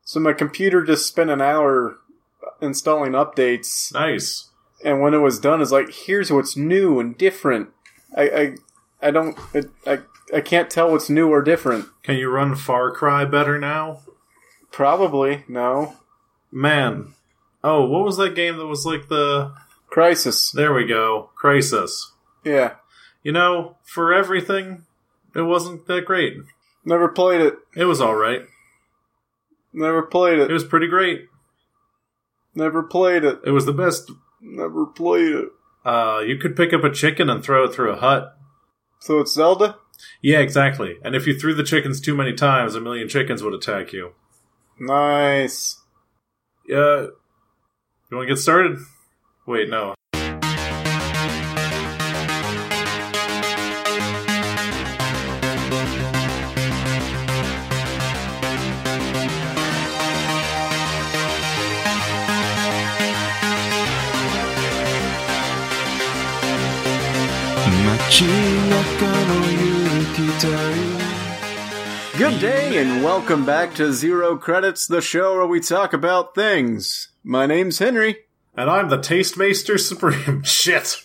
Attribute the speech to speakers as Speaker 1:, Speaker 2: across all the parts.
Speaker 1: So my computer just spent an hour installing updates,
Speaker 2: Nice.
Speaker 1: and when it was done, it's like, here's what's new and different. I I, I don't it, I I can't tell what's new or different.
Speaker 2: Can you run Far Cry better now?
Speaker 1: Probably no.
Speaker 2: Man. Oh, what was that game that was like the.
Speaker 1: Crisis.
Speaker 2: There we go. Crisis.
Speaker 1: Yeah,
Speaker 2: You know, for everything, it wasn't that great.
Speaker 1: never played it.
Speaker 2: It was alright.
Speaker 1: Never played
Speaker 2: It
Speaker 1: it.
Speaker 2: was pretty great.
Speaker 1: Never played it.
Speaker 2: It was the best.
Speaker 1: Never played it.
Speaker 2: Uh, you could pick up a chicken and throw it through a hut.
Speaker 1: So it's Zelda.
Speaker 2: Yeah, exactly. And if you threw the chickens too many times, a million chickens would attack you.
Speaker 1: Nice.
Speaker 2: Uh, you want to get started? Wait, no.
Speaker 1: Good day and welcome back to Zero Credits, the show where we talk about things. My name's Henry.
Speaker 2: And I'm the Tastemaster Supreme. Shit.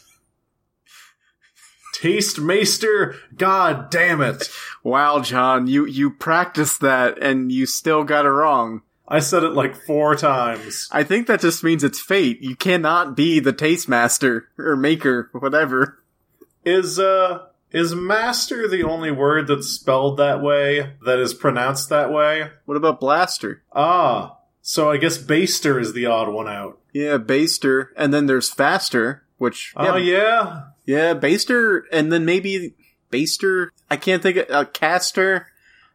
Speaker 2: Tastemaster? God damn it.
Speaker 1: Wow, John, you you practiced that and you still got it wrong.
Speaker 2: I said it like four times.
Speaker 1: I think that just means it's fate. You cannot be the tastemaster or maker, whatever.
Speaker 2: Is, uh, is master the only word that's spelled that way, that is pronounced that way?
Speaker 1: What about blaster?
Speaker 2: Ah, so I guess baster is the odd one out.
Speaker 1: Yeah, baster, and then there's faster, which
Speaker 2: Oh, yeah.
Speaker 1: yeah, baster, and then maybe baster. I can't think of a caster.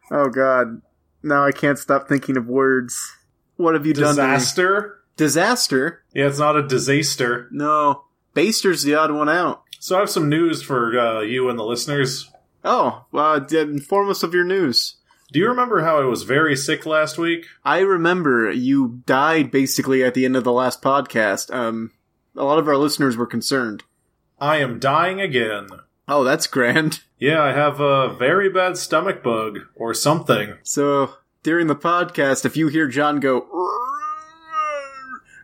Speaker 1: Oh God, now I can't stop thinking of words. What have you done? to me?
Speaker 2: Disaster?
Speaker 1: Disaster.
Speaker 2: Yeah, it's not a disaster.
Speaker 1: No, baster's the odd one out.
Speaker 2: So I have some news for uh, you and the listeners.
Speaker 1: Oh, uh, d- inform us of your news.
Speaker 2: Do you remember how I was very sick last week?
Speaker 1: I remember you died basically at the end of the last podcast. Um, a lot of our listeners were concerned.
Speaker 2: I am dying again.
Speaker 1: Oh, that's grand.
Speaker 2: Yeah, I have a very bad stomach bug or something.
Speaker 1: So during the podcast, if you hear John go,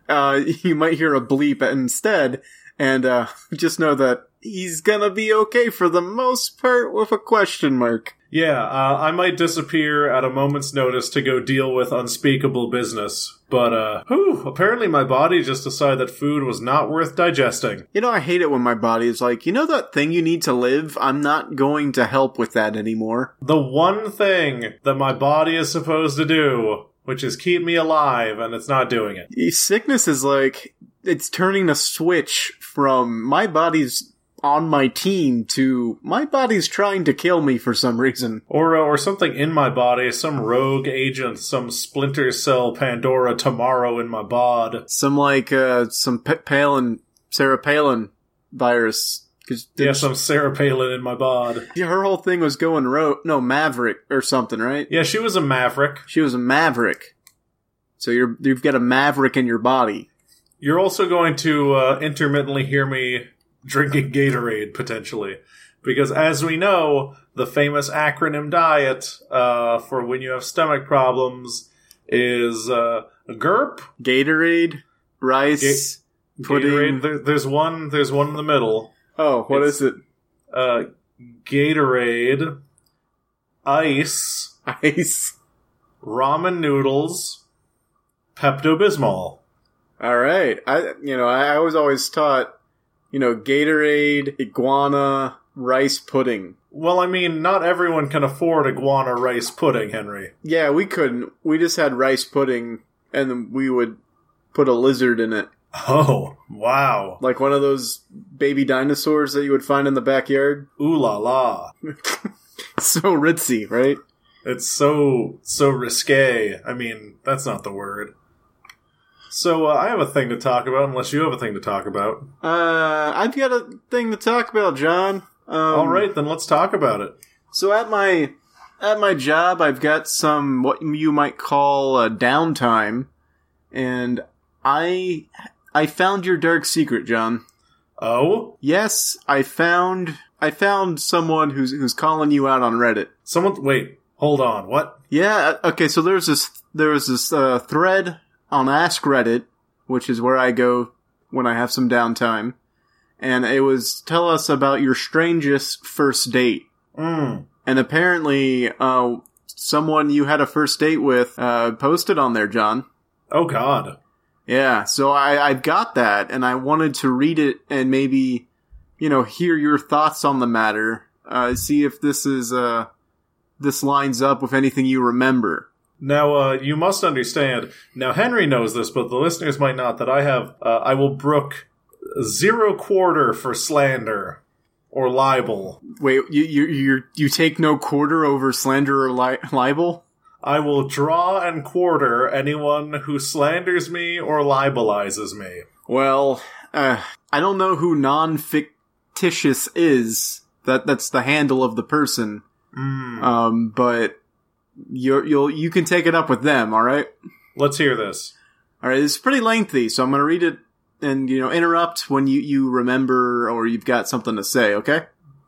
Speaker 1: uh, you might hear a bleep instead, and uh, just know that he's gonna be okay for the most part with a question mark.
Speaker 2: Yeah, uh, I might disappear at a moment's notice to go deal with unspeakable business. But, uh, whew, apparently my body just decided that food was not worth digesting.
Speaker 1: You know, I hate it when my body is like, you know, that thing you need to live. I'm not going to help with that anymore.
Speaker 2: The one thing that my body is supposed to do, which is keep me alive, and it's not doing it.
Speaker 1: sickness is like it's turning a switch from my body's on my team to my body's trying to kill me for some reason.
Speaker 2: or uh, or something in my body, some rogue agent, some splinter cell Pandora tomorrow in my bod.
Speaker 1: Some like uh some P- Palin Sarah Palin virus cuz
Speaker 2: Yeah, some Sarah Palin in my bod.
Speaker 1: her whole thing was going ro- no Maverick or something, right?
Speaker 2: Yeah, she was a maverick.
Speaker 1: She was a Maverick. So you're you've got a Maverick in your body.
Speaker 2: You're also going to uh, intermittently hear me drinking Gatorade potentially, because as we know, the famous acronym diet uh, for when you have stomach problems is uh, GURP.
Speaker 1: Gatorade, rice, pudding.
Speaker 2: Gatorade. There, there's one. There's one in the middle.
Speaker 1: Oh, what
Speaker 2: It's-
Speaker 1: is it?
Speaker 2: Uh, Gatorade, ice.
Speaker 1: Ice.
Speaker 2: ramen noodles, Pepto Bismol.
Speaker 1: All right. I you know I, I was always taught you know Gatorade, iguana, rice pudding.
Speaker 2: Well, I mean, not everyone can afford iguana rice pudding, Henry.
Speaker 1: Yeah, we couldn't. We just had rice pudding, and then we would put a lizard in it,
Speaker 2: Oh, wow.
Speaker 1: like one of those baby dinosaurs that you would find in the backyard.
Speaker 2: Ooh la la.
Speaker 1: So ritzy, right?
Speaker 2: It's so, so risque. I mean, that's not the word. So, uh, I have a thing to talk about, unless you have a thing to talk about.
Speaker 1: Uh, I've got a thing to talk about, John. Um,
Speaker 2: All right, then let's talk about it.
Speaker 1: So at my at my job, I've got some what you might call uh, downtime, and I I found your dark secret, John.
Speaker 2: Oh?
Speaker 1: Yes, I found I found someone who's who's calling you out on Reddit.
Speaker 2: Someone, wait, hold on, what?
Speaker 1: Yeah, okay. So there's this there was this uh, thread on Ask Reddit, which is where I go when I have some downtime, and it was tell us about your strangest first date.
Speaker 2: Mm.
Speaker 1: And apparently, uh, someone you had a first date with uh, posted on there, John.
Speaker 2: Oh God.
Speaker 1: Yeah, so I, I've got that, and I wanted to read it and maybe, you know, hear your thoughts on the matter. Uh, see if this is uh, this lines up with anything you remember.
Speaker 2: Now, uh, you must understand. Now, Henry knows this, but the listeners might not. That I have, uh, I will brook zero quarter for slander or libel.
Speaker 1: Wait, you you you you take no quarter over slander or li- libel?
Speaker 2: I will draw and quarter anyone who slanders me or libelizes me.
Speaker 1: Well, uh, I don't know who non-fictitious is. That that's the handle of the person.
Speaker 2: Mm.
Speaker 1: Um, but you're, you'll you can take it up with them. All right.
Speaker 2: Let's hear this.
Speaker 1: All right, it's pretty lengthy, so I'm going to read it and you know interrupt when you you remember or you've got something to say, okay?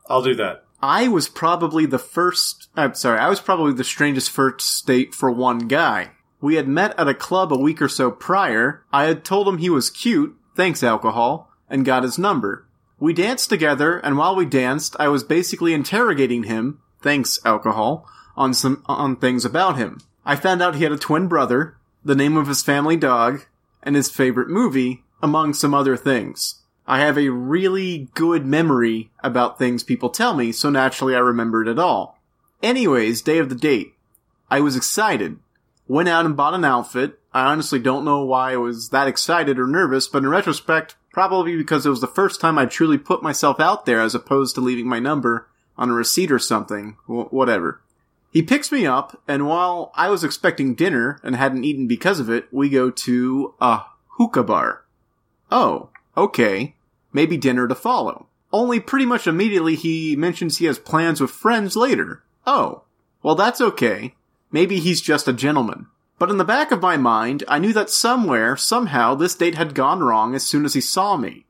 Speaker 2: I'll do that.
Speaker 1: I was probably the first I'm sorry, I was probably the strangest first date for one guy. We had met at a club a week or so prior. I had told him he was cute, thanks alcohol, and got his number. We danced together, and while we danced, I was basically interrogating him, thanks alcohol, on some on things about him. I found out he had a twin brother, the name of his family dog, and his favorite movie, among some other things. I have a really good memory about things people tell me, so naturally I remembered it all. Anyways, day of the date. I was excited. Went out and bought an outfit. I honestly don't know why I was that excited or nervous, but in retrospect, probably because it was the first time I truly put myself out there as opposed to leaving my number on a receipt or something. W- whatever. He picks me up, and while I was expecting dinner and hadn't eaten because of it, we go to a hookah bar. Oh, okay. Maybe dinner to follow. Only pretty much immediately he mentions he has plans with friends later. Oh, well, that's okay. Maybe he's just a gentleman. But in the back of my mind, I knew that somewhere, somehow, this date had gone wrong as soon as he saw me.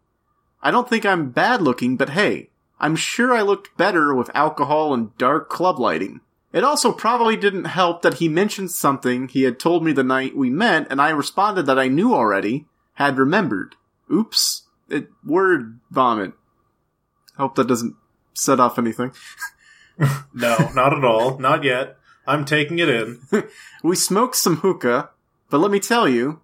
Speaker 1: I don't think I'm bad looking, but hey, I'm sure I looked better with alcohol and dark club lighting. It also probably didn't help that he mentioned something he had told me the night we met, and I responded that I knew already, had remembered. Oops. It, word vomit. Hope that doesn't set off anything.
Speaker 2: No, not at all. Not yet. I'm taking it in.
Speaker 1: We smoked some hookah, but let me tell you,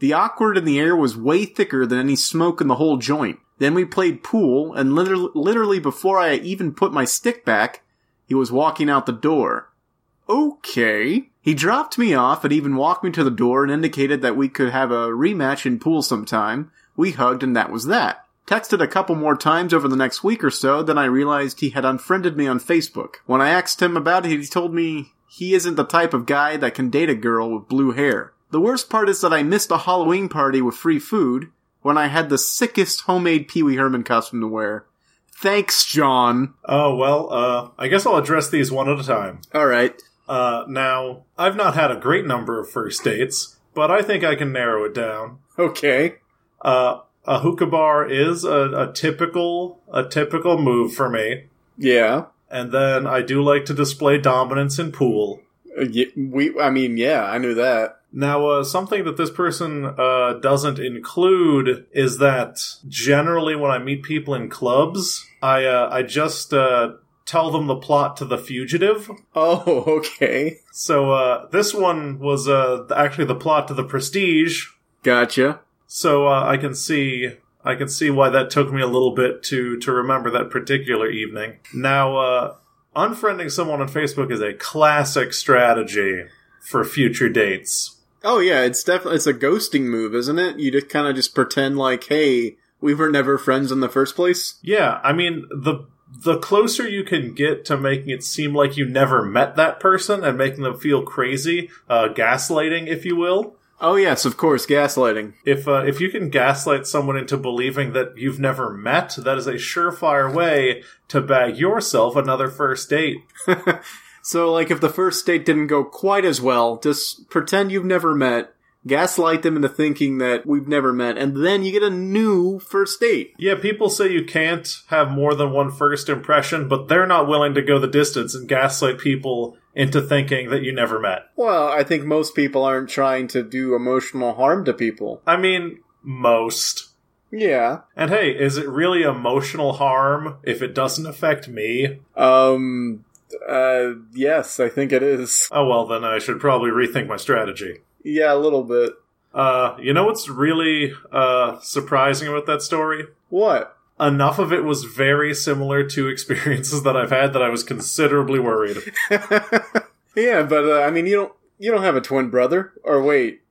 Speaker 1: the awkward in the air was way thicker than any smoke in the whole joint. Then we played pool, and liter- literally before I even put my stick back, he was walking out the door. Okay. He dropped me off and even walked me to the door and indicated that we could have a rematch in pool sometime. We hugged, and that was that. Texted a couple more times over the next week or so, then I realized he had unfriended me on Facebook. When I asked him about it, he told me he isn't the type of guy that can date a girl with blue hair. The worst part is that I missed a Halloween party with free food when I had the sickest homemade Pee Wee Herman costume to wear. Thanks, John.
Speaker 2: Oh, well, uh, I guess I'll address these one at a time.
Speaker 1: All right.
Speaker 2: Uh, now, I've not had a great number of first dates, but I think I can narrow it down.
Speaker 1: Okay.
Speaker 2: Uh, a hookah bar is a, a typical a typical move for me,
Speaker 1: Yeah.
Speaker 2: and then I do like to display dominance in pool.
Speaker 1: Uh, ye- We. I mean, yeah, I knew that.
Speaker 2: Now, uh, something that this person uh, doesn't include is that generally when I meet people in clubs, I uh, I just uh, tell them the plot to The Fugitive.
Speaker 1: Oh, okay.
Speaker 2: So uh, this one was uh, actually the plot to The Prestige.
Speaker 1: Gotcha.
Speaker 2: So uh, I can see I can see why that took me a little bit to to remember that particular evening. Now, uh, unfriending someone on Facebook is a classic strategy for future dates.
Speaker 1: Oh yeah, it's definitely it's a ghosting move, isn't it? You just kind of just pretend like, hey, we were never friends in the first place.
Speaker 2: Yeah, I mean the the closer you can get to making it seem like you never met that person and making them feel crazy, uh, gaslighting, if you will.
Speaker 1: Oh yes, of course, gaslighting.
Speaker 2: If uh, if you can gaslight someone into believing that you've never met, that is a surefire way to bag yourself another first date.
Speaker 1: So, like, if the first date didn't go quite as well, just pretend you've never met, gaslight them into thinking that we've never met, and then you get a new first date.
Speaker 2: Yeah, people say you can't have more than one first impression, but they're not willing to go the distance and gaslight people into thinking that you never met.
Speaker 1: Well, I think most people aren't trying to do emotional harm to people.
Speaker 2: I mean, most.
Speaker 1: Yeah.
Speaker 2: And hey, is it really emotional harm if it doesn't affect me?
Speaker 1: Um. Uh. Yes, I think it is.
Speaker 2: Oh well, then I should probably rethink my strategy.
Speaker 1: Yeah, a little bit.
Speaker 2: Uh, you know what's really uh, surprising about that story?
Speaker 1: What?
Speaker 2: Enough of it was very similar to experiences that I've had that I was considerably worried.
Speaker 1: yeah, but uh, I mean, you don't you don't have a twin brother, or wait,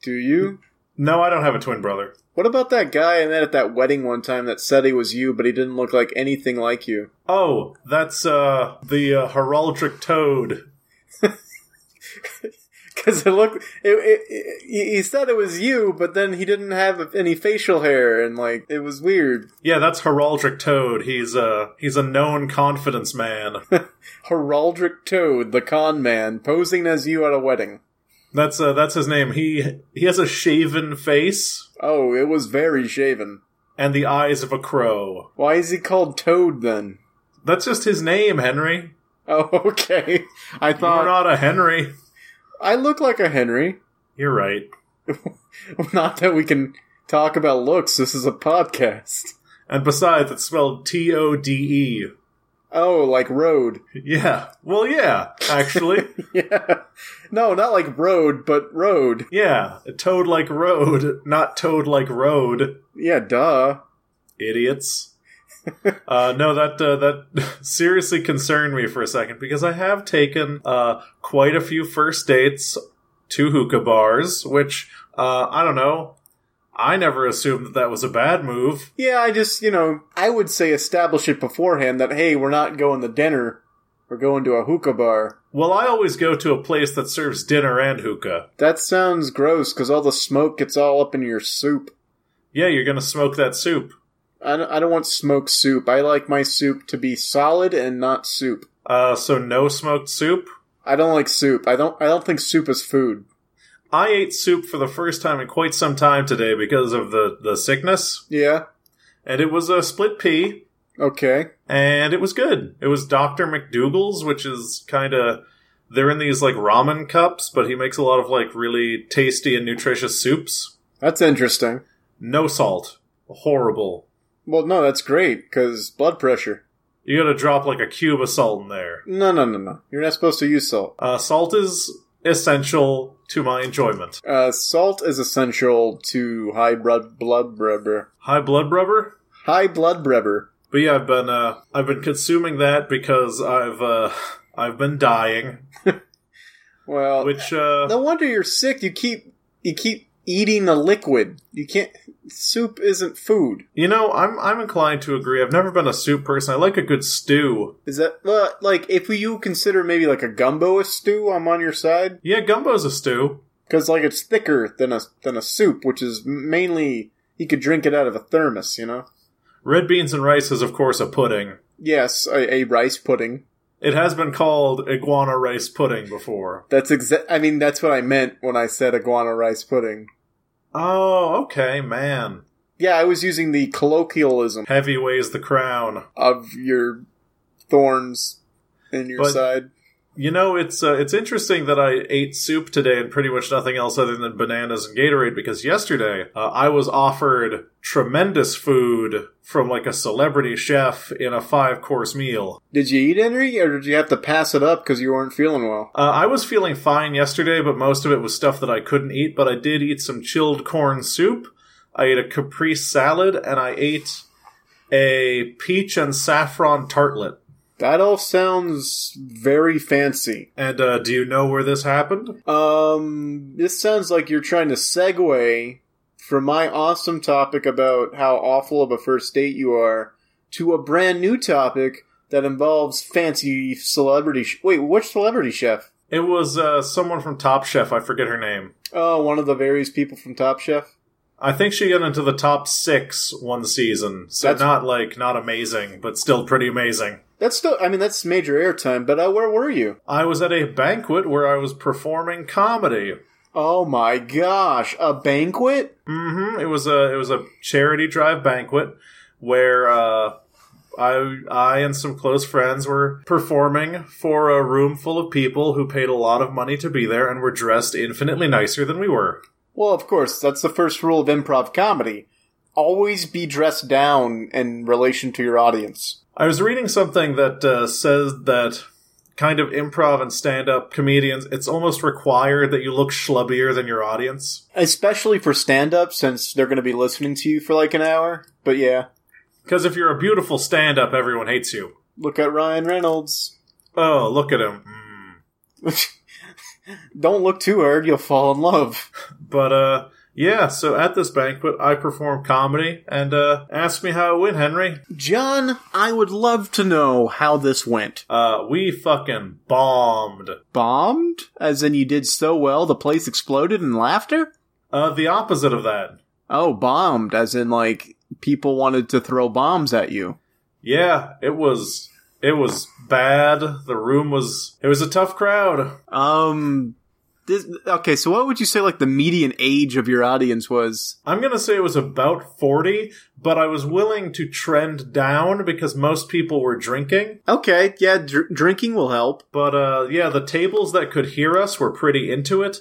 Speaker 1: do you?
Speaker 2: No, I don't have a twin brother.
Speaker 1: What about that guy I met at that wedding one time that said he was you, but he didn't look like anything like you?
Speaker 2: Oh, that's uh, the uh, heraldric toad.
Speaker 1: Because it looked, it, it, it, he said it was you, but then he didn't have any facial hair, and like it was weird.
Speaker 2: Yeah, that's heraldric toad. He's a he's a known confidence man.
Speaker 1: Heraldric Toad, the con man, posing as you at a wedding.
Speaker 2: That's uh, that's his name. He he has a shaven face
Speaker 1: Oh, it was very shaven.
Speaker 2: and the eyes of a crow.
Speaker 1: Why is he called Toad then?
Speaker 2: That's just his name, Henry.
Speaker 1: Oh, okay. I
Speaker 2: You're
Speaker 1: thought
Speaker 2: not a Henry.
Speaker 1: I look like a Henry.
Speaker 2: You're right.
Speaker 1: Not that we can talk about looks. This is a podcast.
Speaker 2: And besides, it's spelled T O D E.
Speaker 1: Oh, like road.
Speaker 2: Yeah. Well, yeah, actually.
Speaker 1: Yeah. No, not like road, but road.
Speaker 2: yeah. Toad like road, not toad like road.
Speaker 1: Yeah, duh.
Speaker 2: Idiots. uh, no, that uh, that seriously concerned me for a second because I have taken uh, quite a few first dates to hookah bars, which uh, I don't know. I never assumed that that was a bad move.
Speaker 1: Yeah, I just, you know, I would say establish it beforehand that, hey, we're not going to dinner. We're going to a hookah bar.
Speaker 2: Well, I always go to a place that serves dinner and hookah.
Speaker 1: That sounds gross because all the smoke gets all up in your soup.
Speaker 2: Yeah, you're gonna smoke that soup.
Speaker 1: I don't, I don't want smoked soup. I like my soup to be solid and not soup.
Speaker 2: Uh, so no smoked soup.
Speaker 1: I don't like soup. I don't. I don't think soup is food.
Speaker 2: I ate soup for the first time in quite some time today because of the, the sickness,
Speaker 1: Yeah.
Speaker 2: and it was a split pea,
Speaker 1: Okay.
Speaker 2: and it was good. It was Dr. McDougal's, which is kind of they're in these like ramen cups, but he makes a lot of like really tasty and nutritious soups.
Speaker 1: That's interesting.
Speaker 2: No salt, horrible.
Speaker 1: Well, no, that's great because blood pressure.
Speaker 2: You got to drop like a cube of salt in there.
Speaker 1: No, no, no, no. You're not supposed to use salt.
Speaker 2: Uh, salt is essential to my enjoyment.
Speaker 1: Uh, salt is essential to high blood blood rubber.
Speaker 2: High blood rubber,
Speaker 1: High blood rubber.
Speaker 2: But yeah, I've been uh, I've been consuming that because I've uh, I've been dying,
Speaker 1: Well,
Speaker 2: which uh,
Speaker 1: no wonder you're sick. You keep you keep eating a liquid. You can't. Soup isn't food.
Speaker 2: you know I'm I'm inclined to agree. I've never been a soup person. I like a good stew.
Speaker 1: Is that well, like if you consider maybe like a gumbo a stew? I'm on your side
Speaker 2: Yeah, gumbo's a stew.
Speaker 1: because like it's thicker than a than a soup, which is mainly you could drink it out of a thermos. You know,
Speaker 2: Red beans and rice is of course a pudding.
Speaker 1: yes, a, a rice pudding.
Speaker 2: It has been called iguana rice pudding before.
Speaker 1: That's exact. I mean, that's what I meant when I said iguana rice pudding.
Speaker 2: Oh, okay, man.
Speaker 1: Yeah, I was using the colloquialism
Speaker 2: Heavy weighs the crown.
Speaker 1: of your thorns in your
Speaker 2: But-
Speaker 1: side.
Speaker 2: You know, it's uh, it's interesting that I ate soup today and pretty much nothing else other than bananas and Gatorade because yesterday uh, I was offered tremendous food from like a celebrity chef in a five course meal.
Speaker 1: Did you eat any, or did you have to pass it up because you weren't feeling well?
Speaker 2: Uh, I was feeling fine yesterday, but most of it was stuff that I couldn't eat. But I did eat some chilled corn soup. I ate a caprese salad and I ate a peach and saffron tartlet.
Speaker 1: That all sounds very fancy.
Speaker 2: And uh, do you know where this happened?
Speaker 1: Um, this sounds like you're trying to segue from my awesome topic about how awful of a first date you are to a brand new topic that involves fancy celebrity. Sh- Wait, which celebrity chef?
Speaker 2: It was uh, someone from Top Chef. I forget her name.
Speaker 1: Oh, one of the various people from Top Chef.
Speaker 2: I think she got into the top six one season, so
Speaker 1: That's-
Speaker 2: not like not amazing, but still pretty amazing.
Speaker 1: That's still, I mean, that's major airtime. But uh, where were you?
Speaker 2: I was at a banquet where I was performing comedy.
Speaker 1: Oh my gosh, a banquet!
Speaker 2: Mm-hmm, hmm It was a it was a charity drive banquet where uh, I, I and some close friends were performing for a room full of people who paid a lot of money to be there and were dressed infinitely nicer than we were.
Speaker 1: Well, of course, that's the first rule of improv comedy. Always be dressed down in relation to your audience.
Speaker 2: I was reading something that uh, says that kind of improv and stand up comedians, it's almost required that you look schlubbier than your audience.
Speaker 1: Especially for stand up, since they're going to be listening to you for like an hour. But yeah,
Speaker 2: Because if you're a beautiful stand up, everyone hates you.
Speaker 1: look at Ryan Reynolds.
Speaker 2: Oh, look at him. Mm.
Speaker 1: Don't look too hard, you'll fall in love.
Speaker 2: But uh yeah, so at this banquet I performed comedy and uh ask me how it went, Henry.
Speaker 1: John, I would love to know how this went.
Speaker 2: Uh we fucking bombed.
Speaker 1: Bombed? As in, you did so well the place exploded in laughter?
Speaker 2: Uh the opposite of that.
Speaker 1: Oh, bombed, as in, like, people wanted to throw bombs at you.
Speaker 2: Yeah, it was it was bad. The room was it was a tough crowd.
Speaker 1: Um, this, okay, so what would you say, like, the median age of your audience was?
Speaker 2: I'm going to say it was about 40, but I was willing to trend down because most people were drinking.
Speaker 1: Okay, yeah, dr- drinking will help.
Speaker 2: But uh, yeah, the tables that could hear us were pretty into it,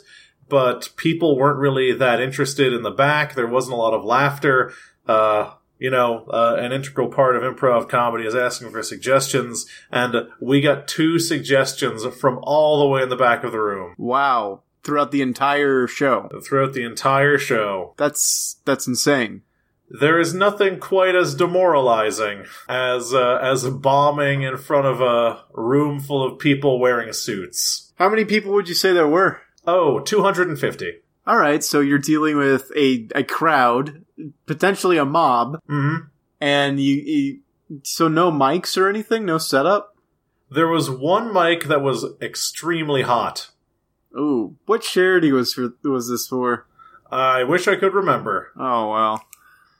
Speaker 2: but people weren't really that interested in the back. There wasn't a lot of laughter. Uh, you know, uh, an integral part of improv comedy is asking for suggestions, and we got two suggestions from all the way in the back of the room
Speaker 1: Wow, throughout the entire show.
Speaker 2: throughout the entire show.
Speaker 1: That's, that's insane.
Speaker 2: There is nothing quite as demoralizing as uh, as bombing in front of a room full of people wearing suits.
Speaker 1: How many people would you say there were?
Speaker 2: Oh, 250.
Speaker 1: All right, so you're dealing with a, a crowd, potentially a mob,
Speaker 2: hmm
Speaker 1: and you, you so no mics or anything, no setup.
Speaker 2: There was one mic that was extremely hot.
Speaker 1: Ooh, what charity was for, was this for?
Speaker 2: I wish I could remember.
Speaker 1: Oh well.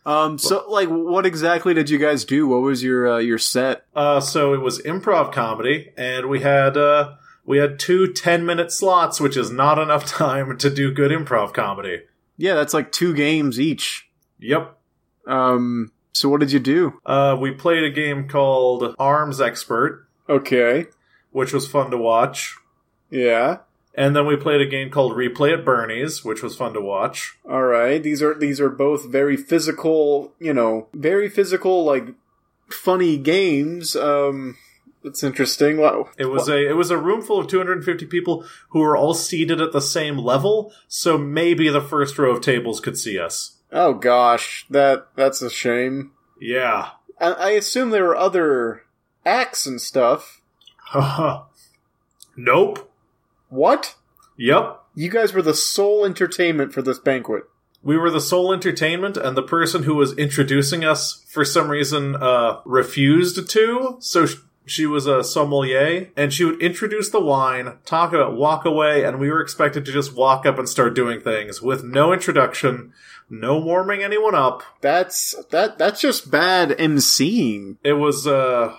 Speaker 1: Um, so like, what exactly did you guys do? What was your uh, your set?
Speaker 2: Uh, so it was improv comedy, and we had uh, we had two 10 minute slots, which is not enough time to do good improv comedy.
Speaker 1: Yeah, that's like two games each.
Speaker 2: Yep.
Speaker 1: Um, so what did you do?
Speaker 2: Uh, we played a game called Arms Expert,
Speaker 1: Okay,
Speaker 2: which was fun to watch.
Speaker 1: yeah,
Speaker 2: And then we played a game called Replay at Bernie's, which was fun to watch.
Speaker 1: all right. These are these are both very physical, you know, very physical, like funny games. Um, it's interesting. Wow,
Speaker 2: It was a it was a room full of 250 people who were all seated at the same level, so maybe the first row of tables could see us.
Speaker 1: Oh gosh, that that's a shame.
Speaker 2: Yeah.
Speaker 1: I, I assume there were other acts and stuff.
Speaker 2: nope.
Speaker 1: What?
Speaker 2: Yep.
Speaker 1: You guys were the sole entertainment for this banquet.
Speaker 2: We were the sole entertainment, and the person who was introducing us for some reason uh, refused to. So sh- she was a sommelier, and she would introduce the wine, talk about walk away, and we were expected to just walk up and start doing things with no introduction, no warming anyone up.
Speaker 1: That's that that's just bad emceeing.
Speaker 2: It was uh,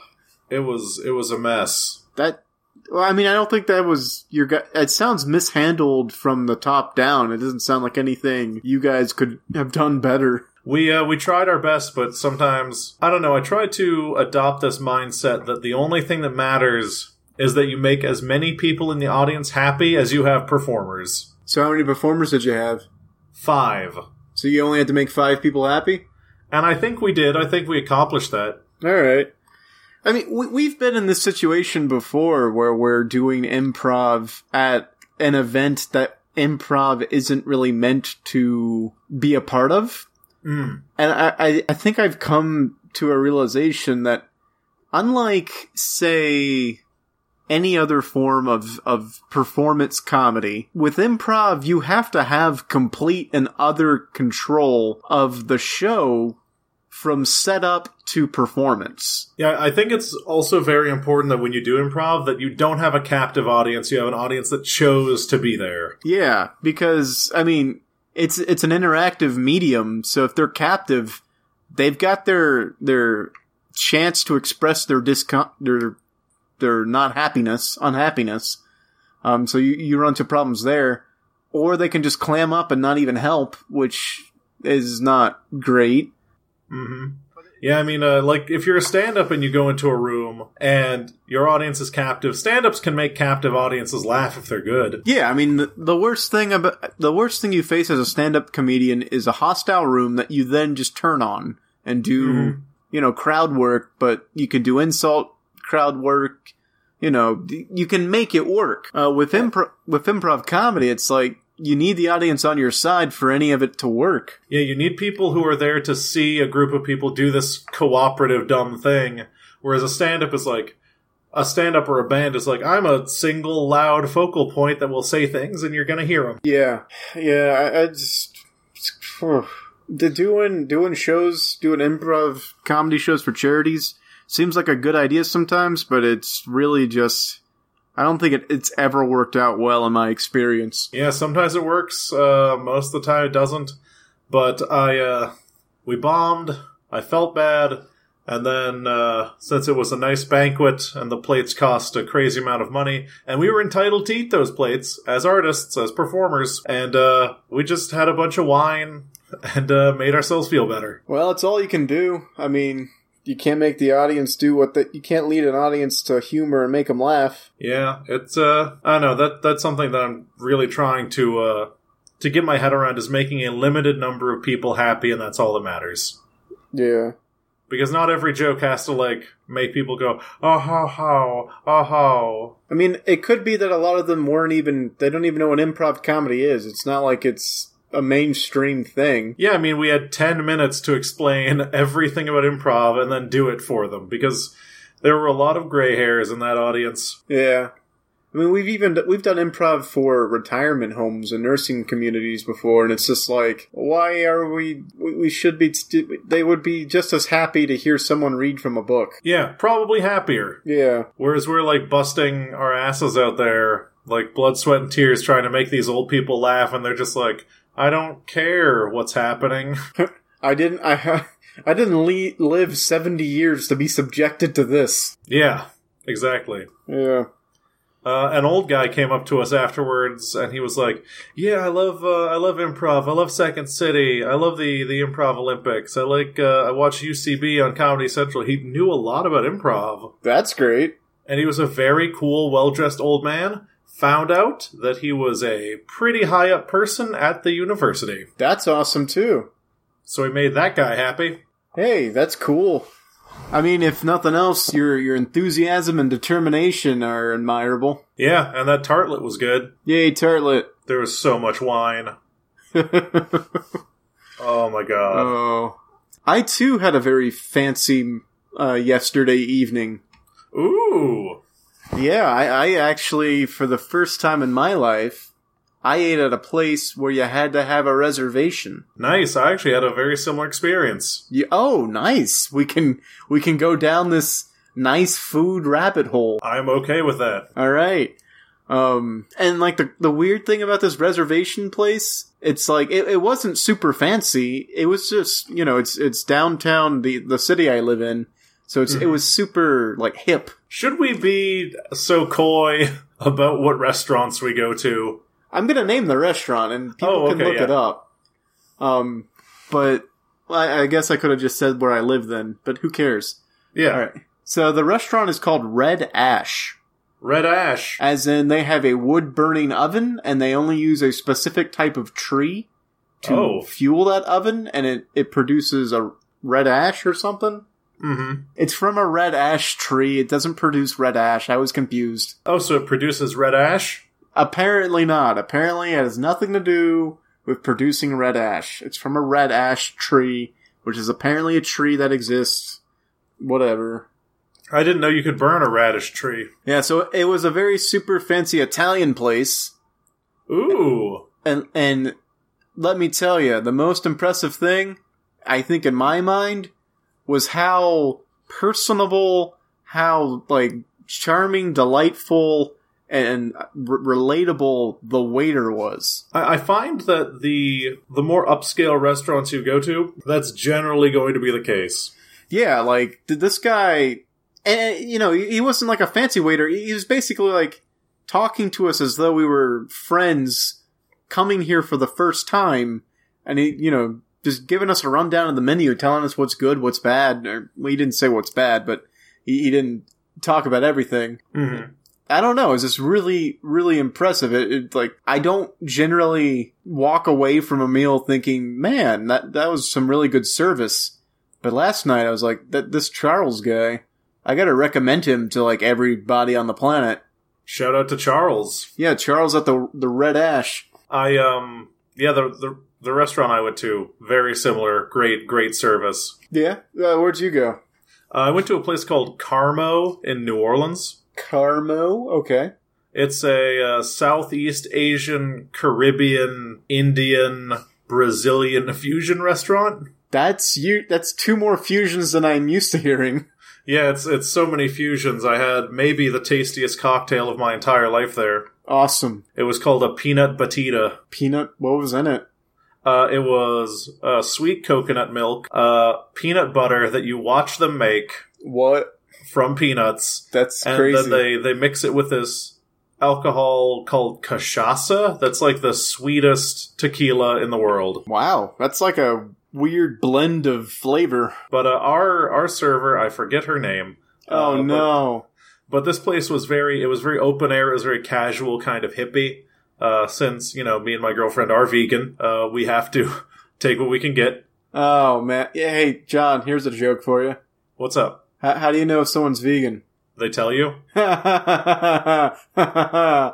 Speaker 2: it was it was a mess.
Speaker 1: That well, I mean, I don't think that was your guy. It sounds mishandled from the top down. It doesn't sound like anything you guys could have done better.
Speaker 2: We uh, we tried our best, but sometimes I don't know. I tried to adopt this mindset that the only thing that matters is that you make as many people in the audience happy as you have performers.
Speaker 1: So, how many performers did you have?
Speaker 2: Five,
Speaker 1: So you only had to make five people happy.
Speaker 2: and I think we did. I think we accomplished that.
Speaker 1: All right. I mean, we, we've been in this situation before where we're doing improv at an event that improv isn't really meant to be a part of.
Speaker 2: Mm.
Speaker 1: And I, I, I think I've come to a realization that unlike, say, any other form of, of performance comedy, with improv, you have to have complete and utter control of the show from setup to performance.
Speaker 2: Yeah, I think it's also very important that when you do improv, that you don't have a captive audience. You have an audience that chose to be there.
Speaker 1: Yeah, because I mean, it's it's an interactive medium, so if they're captive, they've got their their chance to express their discom their their not happiness, unhappiness. Um, so you you run into problems there, or they can just clam up and not even help, which is not great.
Speaker 2: hmm Yeah, I mean, uh, like if you're a stand up and you go into a room and your audience is captive, stand ups can make captive audiences laugh if they're good.
Speaker 1: Yeah, I mean the, the worst thing about the worst thing you face as a stand-up comedian is a hostile room that you then just turn on and do,
Speaker 2: Mhm.
Speaker 1: you know, crowd work, but you can do insult crowd work, you know, d- you can make it work. Uh, with impro- with improv comedy, it's like you need the audience on your side for any of it to work.
Speaker 2: Yeah, you need people who are there to see a group of people do this cooperative dumb thing. Whereas a stand up is like, a stand up or a band is like, I'm a single loud focal point that will say things and you're going to hear them.
Speaker 1: Yeah, yeah. I, I just the doing doing shows, doing improv comedy shows for charities seems like a good idea sometimes, but it's really just I don't think it, it's ever worked out well in my experience.
Speaker 2: Yeah, sometimes it works. Uh, most of the time it doesn't. But I, uh, we bombed. I felt bad. And then, uh, since it was a nice banquet and the plates cost a crazy amount of money, and we were entitled to eat those plates as artists, as performers, and, uh, we just had a bunch of wine and, uh, made ourselves feel better.
Speaker 1: Well, it's all you can do. I mean, you can't make the audience do what the, you can't lead an audience to humor and make them laugh.
Speaker 2: Yeah, it's, uh, I don't know, that, that's something that I'm really trying to, uh, to get my head around is making a limited number of people happy, and that's all that matters.
Speaker 1: Yeah.
Speaker 2: because not every joke has to like make people go oh ho ho oh ho
Speaker 1: I mean, it could be that a lot of them weren't even they don't even know what improv comedy is. It's not like it's a mainstream thing.
Speaker 2: yeah i mean we had 10 minutes to explain everything about improv and then do it for them because there were a lot of gray hairs in that audience
Speaker 1: Yeah, I mean we've even we've done improv for retirement homes and nursing communities before, and it's just like why are we? We we should be. St- they would be just as happy to hear someone read from a book.
Speaker 2: yeah probably happier
Speaker 1: Yeah,
Speaker 2: whereas we're like busting our asses out there like blood sweat and tears trying to make these old people laugh and they're just like i don't care what's happening
Speaker 1: I didn't. I ha- I didn't le- live seventy years to be subjected to this.
Speaker 2: yeah exactly
Speaker 1: Yeah.
Speaker 2: Uh, an old guy came up to us afterwards, and he was like, "Yeah, I love uh, I love improv. I love Second City. I love the the Improv Olympics. I like uh, I watch UCB on Comedy Central. He knew a lot about improv,
Speaker 1: That's great.
Speaker 2: and he was a very cool, well dressed old man. Found out that he was a pretty high up person at the university,
Speaker 1: That's awesome too.
Speaker 2: so he made that guy happy.
Speaker 1: Hey, that's cool. I mean, if nothing else, your your enthusiasm and determination are admirable.
Speaker 2: Yeah, and that tartlet was good.
Speaker 1: Yay, tartlet.
Speaker 2: There was so much wine. Oh my god.
Speaker 1: Oh. I too had a very fancy uh, yesterday evening.
Speaker 2: Ooh.
Speaker 1: Yeah, I, I actually, for the first time in my life, I ate at a place where you had to have a reservation.
Speaker 2: Nice. I actually had a very similar experience.
Speaker 1: You, oh, nice! We can we can go down this nice food rabbit hole.
Speaker 2: I'm okay with that.
Speaker 1: All right. Um, and like the the weird thing about this reservation place, it's like it, it wasn't super fancy. It was just you know it's it's downtown the the city I live in, so it's
Speaker 2: Mm-hmm.
Speaker 1: it was super like hip.
Speaker 2: Should we be so coy about what restaurants we go to?
Speaker 1: I'm gonna name the restaurant and people
Speaker 2: Oh,
Speaker 1: can
Speaker 2: okay,
Speaker 1: look it
Speaker 2: yeah.
Speaker 1: up. Um, but I, I guess I could have just said where I live then, but who cares?
Speaker 2: Yeah.
Speaker 1: All right. So the restaurant is called Red Ash.
Speaker 2: Red Ash.
Speaker 1: as in they have a wood burning oven and they only use a specific type of tree to
Speaker 2: Oh.
Speaker 1: fuel that oven and it, it produces a red ash or something
Speaker 2: Mm-hmm.
Speaker 1: it's from a red ash tree it doesn't produce red ash i was confused
Speaker 2: Oh, so it produces red ash?
Speaker 1: apparently not apparently it has nothing to do with producing red ash it's from a red ash tree which is apparently a tree that exists whatever
Speaker 2: I didn't know you could burn a radish tree.
Speaker 1: yeah so it was a very super fancy italian place
Speaker 2: Ooh.
Speaker 1: and and let me tell you, the most impressive thing I think in my mind was how personable, how like charming, delightful, and r- relatable the waiter was.
Speaker 2: I, I find that the the more upscale restaurants you go to, that's generally going to be the case.
Speaker 1: Yeah, like did this guy, and you know, he he wasn't like a fancy waiter. He he was basically like talking to us as though we were friends coming here for the first time, and he, you know, just giving us a rundown of the menu, telling us what's good, what's bad. Or, well, he didn't say what's bad, but he, he didn't talk about everything.
Speaker 2: Mhm.
Speaker 1: I don't know. It's just really, really impressive. It, it like I don't generally walk away from a meal thinking, "Man, that that was some really good service." But last night I was like, "That this Charles guy, I got to recommend him to like everybody on the planet."
Speaker 2: Shout out to Charles.
Speaker 1: Yeah, Charles at the the Red Ash.
Speaker 2: I um yeah the the, the restaurant I went to very similar. Great great service.
Speaker 1: Yeah, uh, where'd you go?
Speaker 2: Uh, I went to a place called Carmo in New Orleans.
Speaker 1: Carmo. Okay.
Speaker 2: It's a uh, Southeast Asian, Caribbean, Indian, Brazilian fusion restaurant.
Speaker 1: That's you. That's two more fusions than I'm used to hearing.
Speaker 2: Yeah, it's it's so many fusions. I had maybe the tastiest cocktail of my entire life there.
Speaker 1: Awesome.
Speaker 2: It was called a peanut batida.
Speaker 1: Peanut. What was in it?
Speaker 2: Uh, it was uh, sweet coconut milk, uh, peanut butter that you watch them make
Speaker 1: What?
Speaker 2: from peanuts,
Speaker 1: That's
Speaker 2: and
Speaker 1: crazy.
Speaker 2: then they they mix it with this alcohol called cachaça. That's like the sweetest tequila in the world.
Speaker 1: Wow, that's like a weird blend of flavor.
Speaker 2: But uh, our our server, I forget her name.
Speaker 1: Oh
Speaker 2: uh,
Speaker 1: no.
Speaker 2: But, but this place was very it was very open air. It was very casual, kind of hippie. Uh, since you know me and my girlfriend are vegan, uh, we have to take what we can get.
Speaker 1: Oh man. Yeah, Hey, John, here's a joke for you.
Speaker 2: What's up?
Speaker 1: How, how do you know if someone's vegan?
Speaker 2: They tell you
Speaker 1: oh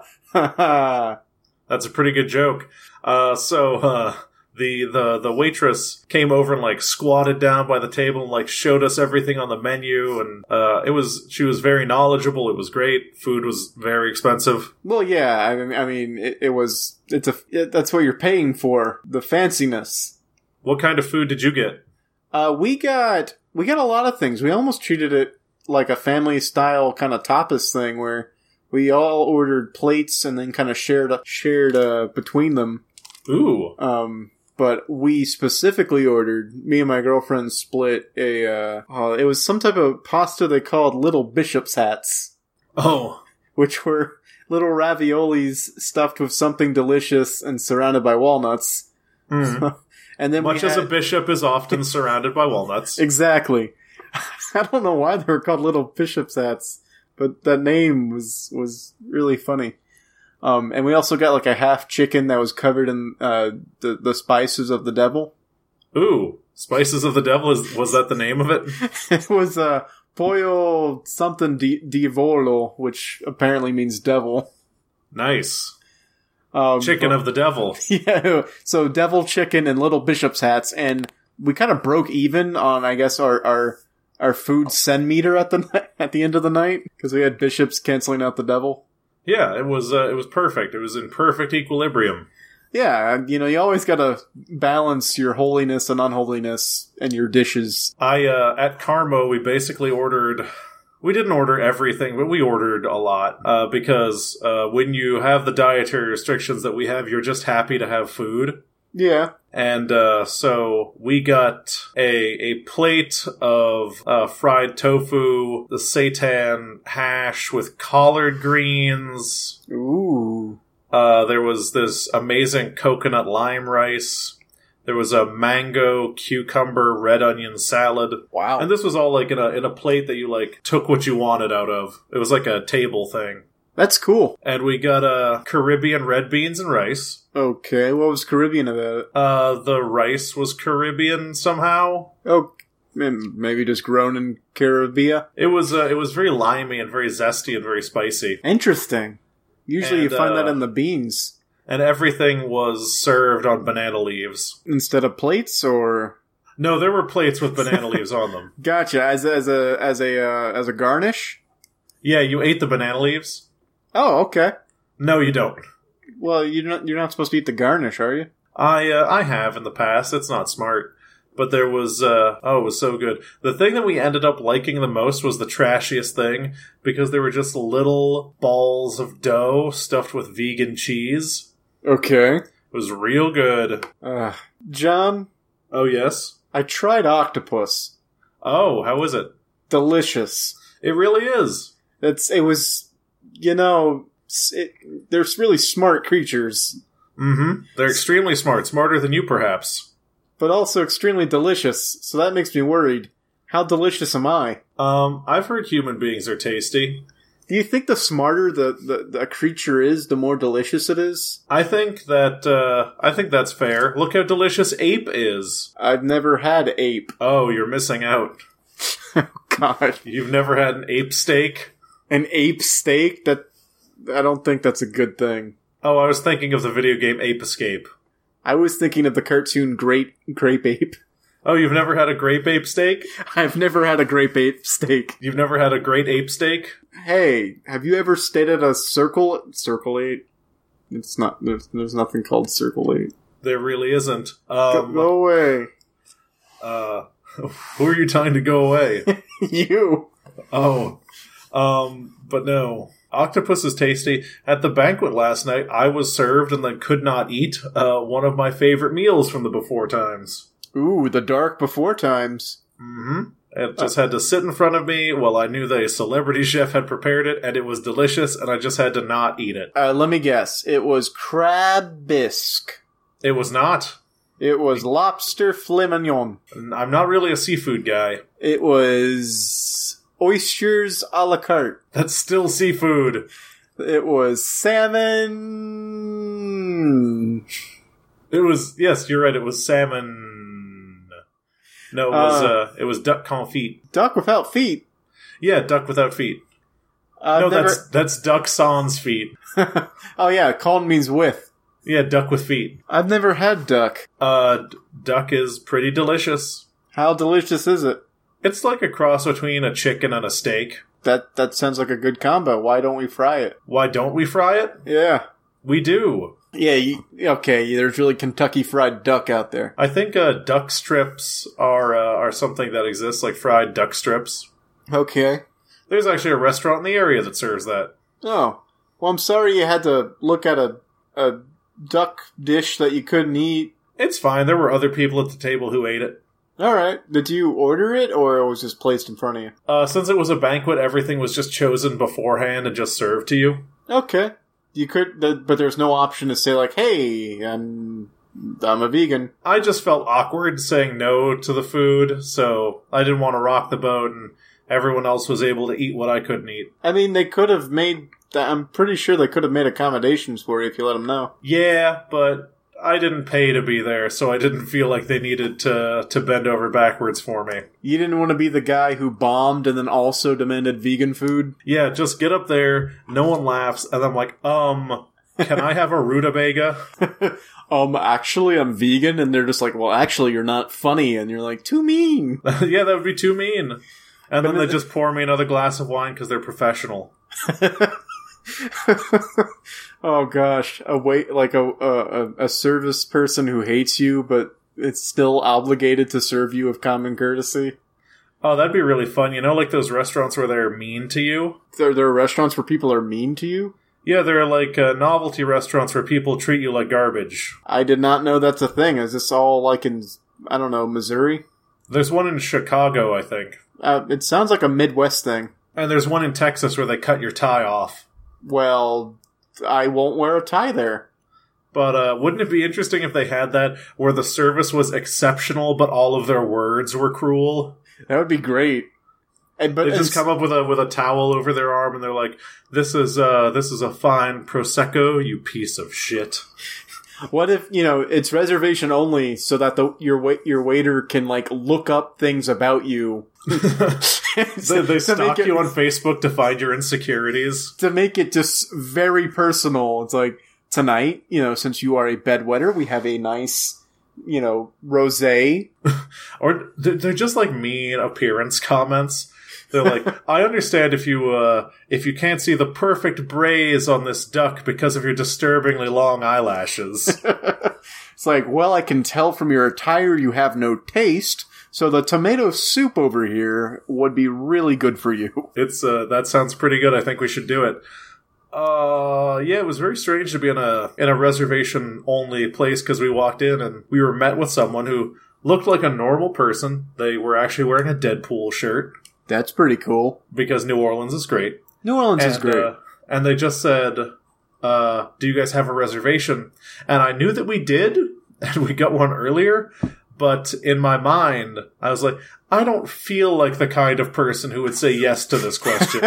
Speaker 2: that's a pretty good joke. Uh, so uh, the the the waitress came over and like squatted down by the table and like showed us everything on the menu and uh, it was she was very knowledgeable. It was great. Food was very expensive.
Speaker 1: well, yeah. I mean, I mean, it, it was. It's a. It, that's what you're paying for. The fanciness.
Speaker 2: What kind of food did you get?
Speaker 1: Uh, we got we got a lot of things. We almost treated it like a family style kind of tapas thing where we all ordered plates and then kind of shared shared uh, between them.
Speaker 2: Ooh,
Speaker 1: Um, but we specifically ordered me and my girlfriend split a uh, uh, it was some type of pasta they called little bishop's hats,
Speaker 2: Oh,
Speaker 1: which were little raviolis stuffed with something delicious and surrounded by walnuts. And then we
Speaker 2: much as a
Speaker 1: had-
Speaker 2: bishop is often surrounded by walnuts.
Speaker 1: Exactly. I don't know why they were called little bishop's hats, but that name was was really funny. Um, and we also got like a half chicken that was covered in uh, the the spices of the devil.
Speaker 2: Ooh, spices of the devil is was that the name of it?
Speaker 1: it was uh, pollo something di divolo, which apparently means devil.
Speaker 2: Nice
Speaker 1: Um,
Speaker 2: chicken of the devil.
Speaker 1: yeah. So devil chicken and little bishop's hats, and we kind of broke even on, I guess, our our our food send meter at the ni- at the end of the night because we had bishops canceling out the devil.
Speaker 2: Yeah, it was uh, it was perfect. It was in perfect equilibrium.
Speaker 1: Yeah, you know, you always gotta balance your holiness and unholiness and your dishes.
Speaker 2: I uh, at Carmo we basically ordered. We didn't order everything, but we ordered a lot uh, because uh, when you have the dietary restrictions that we have, you're just happy to have food.
Speaker 1: Yeah,
Speaker 2: And uh, so we got a a plate of uh, fried tofu, the seitan hash with collard greens.
Speaker 1: ooh,
Speaker 2: Uh, there was this amazing coconut lime rice. There was a mango cucumber red onion salad,
Speaker 1: wow,
Speaker 2: and this was all like in a in a plate that you like took what you wanted out of. It was like a table thing.
Speaker 1: that's cool.
Speaker 2: And we got uh, Caribbean red beans and rice.
Speaker 1: Okay, what was Caribbean about it?
Speaker 2: Uh, the rice was Caribbean somehow.
Speaker 1: Oh, m- maybe just grown in Caribbean.
Speaker 2: It was uh, it was very limey and very zesty and very spicy,
Speaker 1: Interesting. Usually,
Speaker 2: And,
Speaker 1: you find
Speaker 2: uh,
Speaker 1: that in the beans
Speaker 2: and everything was served on banana leaves.
Speaker 1: instead of plates, or
Speaker 2: No, there were plates with banana leaves on them.
Speaker 1: Gotcha. As as a as a uh, as a garnish.
Speaker 2: Yeah, you ate the banana leaves.
Speaker 1: Oh, okay.
Speaker 2: No, you don't.
Speaker 1: Well, you're not you're not supposed to eat the garnish, are you?
Speaker 2: I uh, I have in the past. It's not smart, but there was uh, oh, it was so good. The thing that we ended up liking the most was the trashiest thing because they were just little balls of dough stuffed with vegan cheese.
Speaker 1: Okay.
Speaker 2: It was real good.
Speaker 1: Uh, John,
Speaker 2: Oh yes.
Speaker 1: I tried octopus.
Speaker 2: Oh, how is it?
Speaker 1: Delicious.
Speaker 2: It really is.
Speaker 1: It's it was, you know, s- it, they're really smart creatures,
Speaker 2: Mm-hmm. They're extremely smart, smarter than you, perhaps.
Speaker 1: but also extremely delicious, so that makes me worried. How delicious am I?
Speaker 2: Um, I've heard human beings are tasty.
Speaker 1: Do you think the smarter the, the, the a creature is, the more delicious it is?
Speaker 2: I think that uh, I think that's fair. Look how delicious ape is.
Speaker 1: I've never had ape. Oh,
Speaker 2: Oh, you're missing out.
Speaker 1: God,
Speaker 2: You've never had an ape steak.
Speaker 1: an ape steak? That I don't think that's a good thing.
Speaker 2: Oh, I was thinking of the video game Ape Escape.
Speaker 1: I was thinking of the cartoon Great Grape Ape.
Speaker 2: Oh, you've never had a grape ape steak?
Speaker 1: I've never had a grape ape steak.
Speaker 2: You've never had a great ape steak?
Speaker 1: Hey, have you ever stayed at a circle circle eight? It's not. There's, there's nothing called circle eight.
Speaker 2: There really isn't.
Speaker 1: Go-
Speaker 2: Um,
Speaker 1: go away,
Speaker 2: uh, who are you trying to go away?
Speaker 1: you.
Speaker 2: Oh, um, but no. Octopus is tasty. At the banquet last night, I was served and then could not eat uh, one of my favorite meals from the before times.
Speaker 1: Ooh, the dark before times.
Speaker 2: hmm It just had to sit in front of me while I knew the celebrity chef had prepared it, and it was delicious, and I just had to not eat it.
Speaker 1: Uh, let me guess. It was crab bisque.
Speaker 2: It was not.
Speaker 1: It was lobster filet mignon.
Speaker 2: I'm not really a seafood guy.
Speaker 1: It was oysters a la carte.
Speaker 2: That's still seafood.
Speaker 1: It was salmon.
Speaker 2: It was yes, you're right. It was salmon. No, it was
Speaker 1: Uh.
Speaker 2: uh, it was duck confit.
Speaker 1: Duck without feet.
Speaker 2: Yeah, duck without feet.
Speaker 1: I've
Speaker 2: no,
Speaker 1: never-
Speaker 2: that's that's duck sans feet.
Speaker 1: oh yeah, con means with.
Speaker 2: Yeah, duck with feet.
Speaker 1: I've never had duck.
Speaker 2: Uh, d- duck is pretty delicious.
Speaker 1: How delicious is it?
Speaker 2: It's like a cross between a chicken and a steak.
Speaker 1: That that sounds like a good combo. Why don't we fry it?
Speaker 2: Why don't we fry it?
Speaker 1: Yeah.
Speaker 2: We do.
Speaker 1: Yeah, you, okay, there's really Kentucky fried duck out there.
Speaker 2: I think uh, duck strips are uh, are something that exists, like fried duck strips.
Speaker 1: Okay.
Speaker 2: There's actually a restaurant in the area that serves that.
Speaker 1: Oh. Well, I'm sorry you had to look at a a duck dish that you couldn't eat.
Speaker 2: It's fine. There were other people at the table who ate it.
Speaker 1: All right. Did you order it or it was just placed in front of you?
Speaker 2: Uh, since it was a banquet, everything was just chosen beforehand and just served to you.
Speaker 1: Okay. You could th- but there's no option to say like, "Hey, I'm I'm a vegan."
Speaker 2: I just felt awkward saying no to the food, so I didn't want to rock the boat, and everyone else was able to eat what I couldn't eat.
Speaker 1: I mean, they could have made I'm pretty sure they could have made accommodations for you if you let them know.
Speaker 2: Yeah, but I didn't pay to be there, so I didn't feel like they needed to to bend over backwards for me.
Speaker 1: You didn't want to be the guy who bombed and then also demanded vegan food.
Speaker 2: Yeah, just get up there, no one laughs, and I'm like, um, can I have a rutabaga?
Speaker 1: um, actually, I'm vegan, and they're just like, "Well, actually, you're not funny," and you're like, "Too mean."
Speaker 2: yeah, that would be too mean. And then
Speaker 1: But
Speaker 2: they
Speaker 1: it-
Speaker 2: just pour me another glass of wine because they're professional.
Speaker 1: oh gosh, a wait like a, a a service person who hates you, but it's still obligated to serve you of common courtesy.
Speaker 2: Oh, that'd be really fun. You know, like those restaurants where they're mean to you?
Speaker 1: There, there are restaurants where people are mean to you.
Speaker 2: Yeah, they're like uh, novelty restaurants where people treat you like garbage.
Speaker 1: I did not know that's a thing. Is this all like in I don't know Missouri?
Speaker 2: There's one in Chicago, I think.
Speaker 1: Uh, it sounds like a Midwest thing.
Speaker 2: And there's one in Texas where they cut your tie off.
Speaker 1: Well, I won't wear a tie there.
Speaker 2: But uh, wouldn't it be interesting if they had that where the service was exceptional, but all of their words were cruel?
Speaker 1: That would be great. And but
Speaker 2: They just come up with a with a towel over their arm and they're like, "This is uh this is a fine prosecco, you piece of shit."
Speaker 1: What if you know it's reservation only, so that the your wait your waiter can like look up things about you.
Speaker 2: They, they
Speaker 1: To make
Speaker 2: stalk
Speaker 1: it-
Speaker 2: you on Facebook to find your insecurities.
Speaker 1: to make it just very personal. It's like tonight, you know, since you are a bedwetter, we have a nice, you know, rosé.
Speaker 2: or they're they're just like mean appearance comments. They're like, I understand if you uh, if you can't see the perfect braise on this duck because of your disturbingly long eyelashes.
Speaker 1: It's like, well, I can tell from your attire you have no taste. So the tomato soup over here would be really good for you.
Speaker 2: it's uh, that sounds pretty good. I think we should do it. Uh, yeah, it was very strange to be in a in a reservation only place because we walked in and we were met with someone who looked like a normal person. They were actually wearing a Deadpool shirt
Speaker 1: That's pretty cool.
Speaker 2: because New Orleans is great.
Speaker 1: New Orleans is
Speaker 2: and,
Speaker 1: great.
Speaker 2: uh, and they just said, uh, "Do you guys have a reservation?" And I knew that we did, and we got one earlier. But in my mind, I was like, I don't feel like the kind of person who would say yes to this question.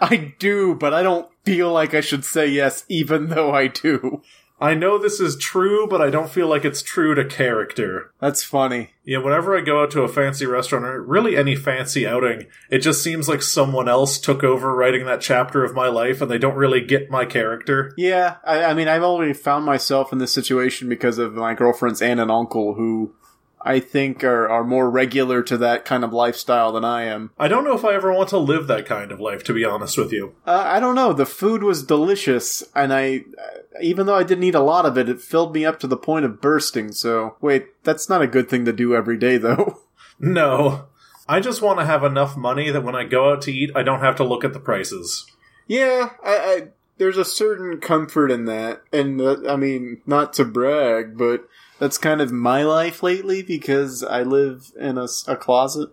Speaker 1: I do, but I don't feel like I should say yes, even though I do.
Speaker 2: I know this is true, but I don't feel like it's true to character.
Speaker 1: That's funny.
Speaker 2: Yeah, whenever I go out to a fancy restaurant or really any fancy outing, it just seems like someone else took over writing that chapter of my life and they don't really get my character.
Speaker 1: Yeah, I, I mean, I've already found myself in this situation because of my girlfriend's aunt and uncle who I think are, are more regular to that kind of lifestyle than I am.
Speaker 2: I don't know if I ever want to live that kind of life, to be honest with you.
Speaker 1: Uh, I don't know. The food was delicious, and I, uh, even though I didn't eat a lot of it, it filled me up to the point of bursting. So, wait, that's not a good thing to do every day, though.
Speaker 2: No. I just want to have enough money that when I go out to eat, I don't have to look at the prices.
Speaker 1: yeah, I, I, there's a certain comfort in that, and uh, I mean, not to brag, but that's kind of my life lately because I live in a s a a closet.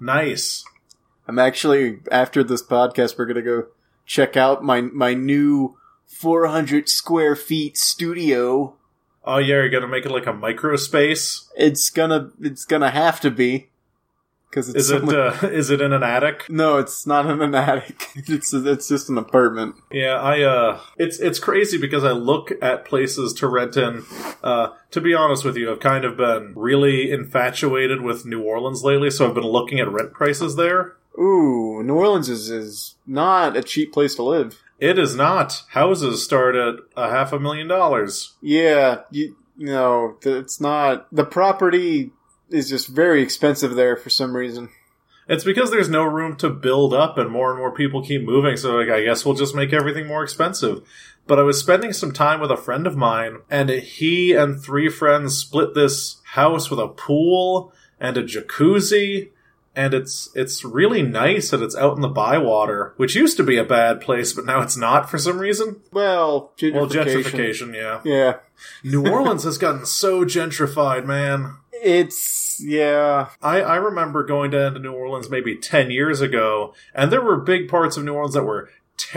Speaker 2: Nice.
Speaker 1: I'm actually after this podcast, we're gonna go check out my my new 400 square feet studio.
Speaker 2: Oh, yeah, you're going to make it like a micro space?
Speaker 1: It's gonna it's gonna have to be because it's
Speaker 2: Is it,
Speaker 1: only-
Speaker 2: uh, is it in an attic?
Speaker 1: no, it's not in an attic. It's it's just an apartment.
Speaker 2: Yeah, I uh it's it's crazy because I look at places to rent in. Uh to be honest with you, I've kind of been really infatuated with New Orleans lately, so I've been looking at rent prices there.
Speaker 1: Ooh, New Orleans is is not a cheap place to live.
Speaker 2: It is not. Houses start at a half a million dollars.
Speaker 1: Yeah, you, no, th- it's not. The property is just very expensive there for some reason.
Speaker 2: It's because there's no room to build up and more and more people keep moving, so like I guess we'll just make everything more expensive. But I was spending some time with a friend of mine, and he and three friends split this house with a pool and a jacuzzi, and it's it's really nice that it's out in the bywater, which used to be a bad place, but now it's not for some reason.
Speaker 1: Well, gentrification.
Speaker 2: Well, gentrification, yeah.
Speaker 1: Yeah,
Speaker 2: New Orleans has gotten so gentrified, man.
Speaker 1: it's yeah.
Speaker 2: I, I remember going down to New Orleans maybe 10 years ago, and there were big parts of New Orleans that were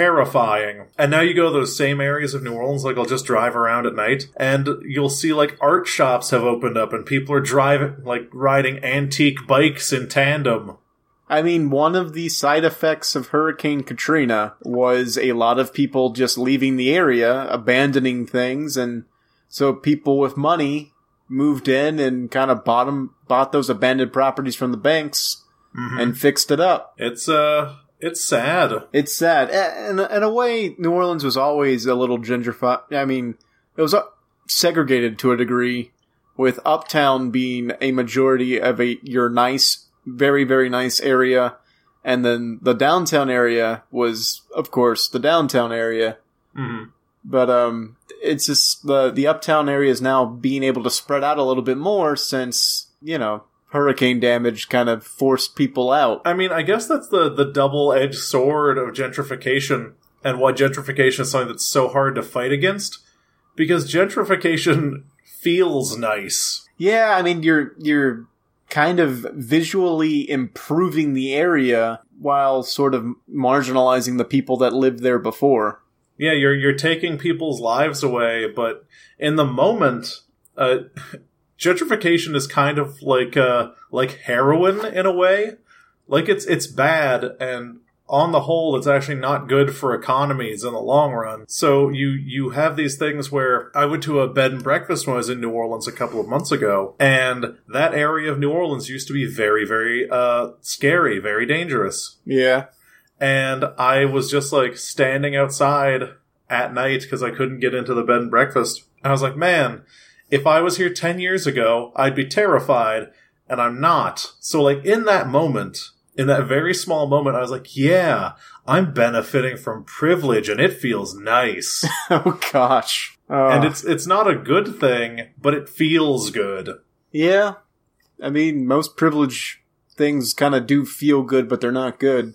Speaker 2: terrifying. And now you go to those same areas of New Orleans, like I'll just drive around at night, and you'll see like art shops have opened up, and people are driving, like riding antique bikes in tandem.
Speaker 1: I mean, one of the side effects of Hurricane Katrina was a lot of people just leaving the area, abandoning things, and so people with money moved in and kind of bought 'em- bought those abandoned properties from the banks and fixed it up.
Speaker 2: It's, uh, it's sad.
Speaker 1: It's sad. A- In, in a way, New Orleans was always a little gentrified. I mean, it was uh, segregated to a degree, with Uptown being a majority of a your nice, very very nice area, and then the downtown area was, of course, the downtown area.
Speaker 2: Mhm.
Speaker 1: But um, it's just the the Uptown area is now being able to spread out a little bit more since you know hurricane damage kind of forced people out.
Speaker 2: I mean, I guess that's the, the double edged sword of gentrification and why gentrification is something that's so hard to fight against. Because gentrification feels nice.
Speaker 1: Yeah, I mean you're you're kind of visually improving the area while sort of marginalizing the people that lived there before.
Speaker 2: Yeah, you're you're taking people's lives away, but in the moment, uh, gentrification is kind of like uh, like heroin in a way. Like it's it's bad, and on the whole, it's actually not good for economies in the long run. So you you have these things where I went to a bed and breakfast when I was in New Orleans a couple of months ago, and that area of New Orleans used to be very very uh, scary, very dangerous
Speaker 1: Yeah.
Speaker 2: and I was just like standing outside at night because I couldn't get into the bed and breakfast. And I was like, man, if I was here 10 years ago, I'd be terrified, and I'm not. So, like, in that moment, in that very small moment, I was like, yeah, I'm benefiting from privilege and it feels nice.
Speaker 1: Oh gosh. Uh,
Speaker 2: and it's it's not a good thing, but it feels good.
Speaker 1: yeah. I mean, most privilege things kind of do feel good, but they're not good.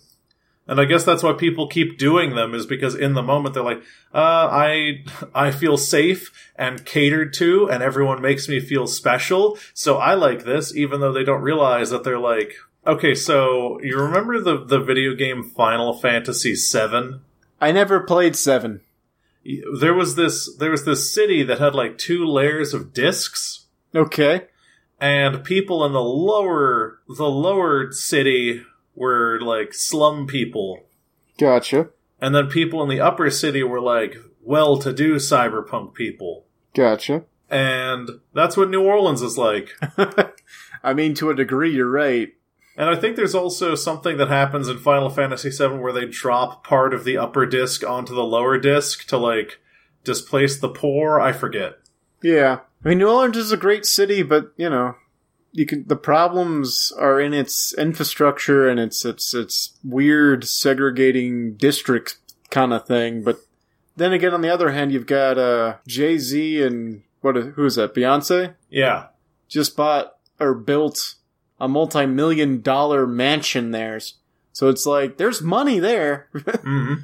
Speaker 2: And I guess that's why people keep doing them is because in the moment they're like, uh, I I feel safe and catered to, and everyone makes me feel special, so I like this, even though they don't realize that they're like, okay, so you remember the the video game Final Fantasy VII?
Speaker 1: I never played seven.
Speaker 2: There was this there was this city that had like two layers of discs,
Speaker 1: Okay.
Speaker 2: and people in the lower the lower city were like slum people
Speaker 1: Gotcha.
Speaker 2: and then people in the upper city were like well-to-do cyberpunk people
Speaker 1: Gotcha.
Speaker 2: and that's what new orleans is like
Speaker 1: I mean, to a degree, you're right.
Speaker 2: and i think there's also something that happens in final fantasy VII where they drop part of the upper disc onto the lower disc to like displace the poor i forget
Speaker 1: Yeah. I mean, New Orleans is a great city, but, you know, you can, the problems are in its infrastructure and its, its, its weird segregating districts kind of thing. But then again, on the other hand, you've got, uh, Jay-Z and what, who is that? Beyonce?
Speaker 2: yeah
Speaker 1: just bought or built a multi-million dollar mansion there. So it's like there's money there.
Speaker 2: hmm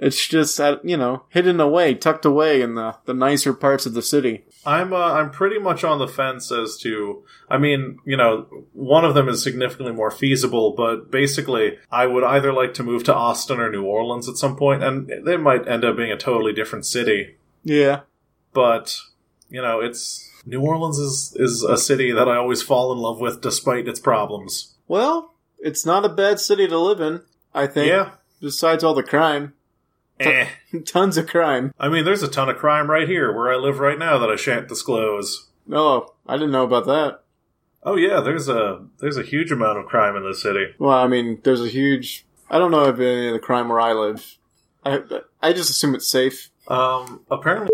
Speaker 1: it's just uh, you know hidden away, tucked away in the the nicer parts of the city.
Speaker 2: I'm uh, I'm pretty much on the fence as to I mean you know one of them is significantly more feasible but basically I would either like to move to Austin or New Orleans at some point and it might end up being a totally different city
Speaker 1: Yeah,
Speaker 2: but you know it's New Orleans is is a city that I always fall in love with despite its problems.
Speaker 1: well, it's not a bad city to live in. I think.
Speaker 2: Yeah.
Speaker 1: Besides all the crime,
Speaker 2: Eh.
Speaker 1: tons of crime.
Speaker 2: I mean there's a ton of crime right here where I live right now that I shan't disclose.
Speaker 1: Oh, I didn't know about that.
Speaker 2: Oh yeah, there's a there's a huge amount of crime in this city.
Speaker 1: Well, I mean, there's a huge. I don't know of any of the crime where I live. I I just assume it's safe.
Speaker 2: Um apparently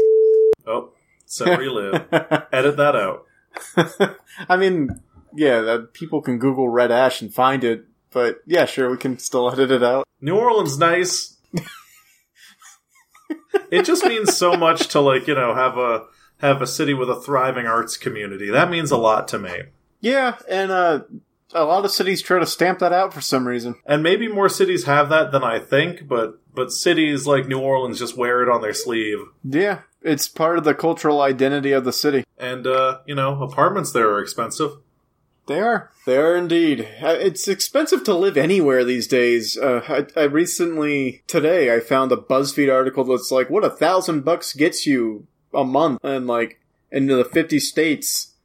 Speaker 2: Oh, so relive. Edit that out.
Speaker 1: I mean, yeah, that people can Google red ash and find it, but yeah, sure, we can still edit it out.
Speaker 2: New Orleans, nice. it just means so much to like you know have a have a city with a thriving arts community. That means a lot to me.
Speaker 1: Yeah, and uh, a lot of cities try to stamp that out for some reason.
Speaker 2: And maybe more cities have that than I think, but but cities like New Orleans just wear it on their sleeve.
Speaker 1: Yeah, it's part of the cultural identity of the city.
Speaker 2: And uh, you know, apartments there are expensive.
Speaker 1: They are. They are indeed. Uh, It's expensive to live anywhere these days. Uh, I, I recently, today, I found a BuzzFeed article that's like, what a thousand bucks gets you a month and like into the 50 states.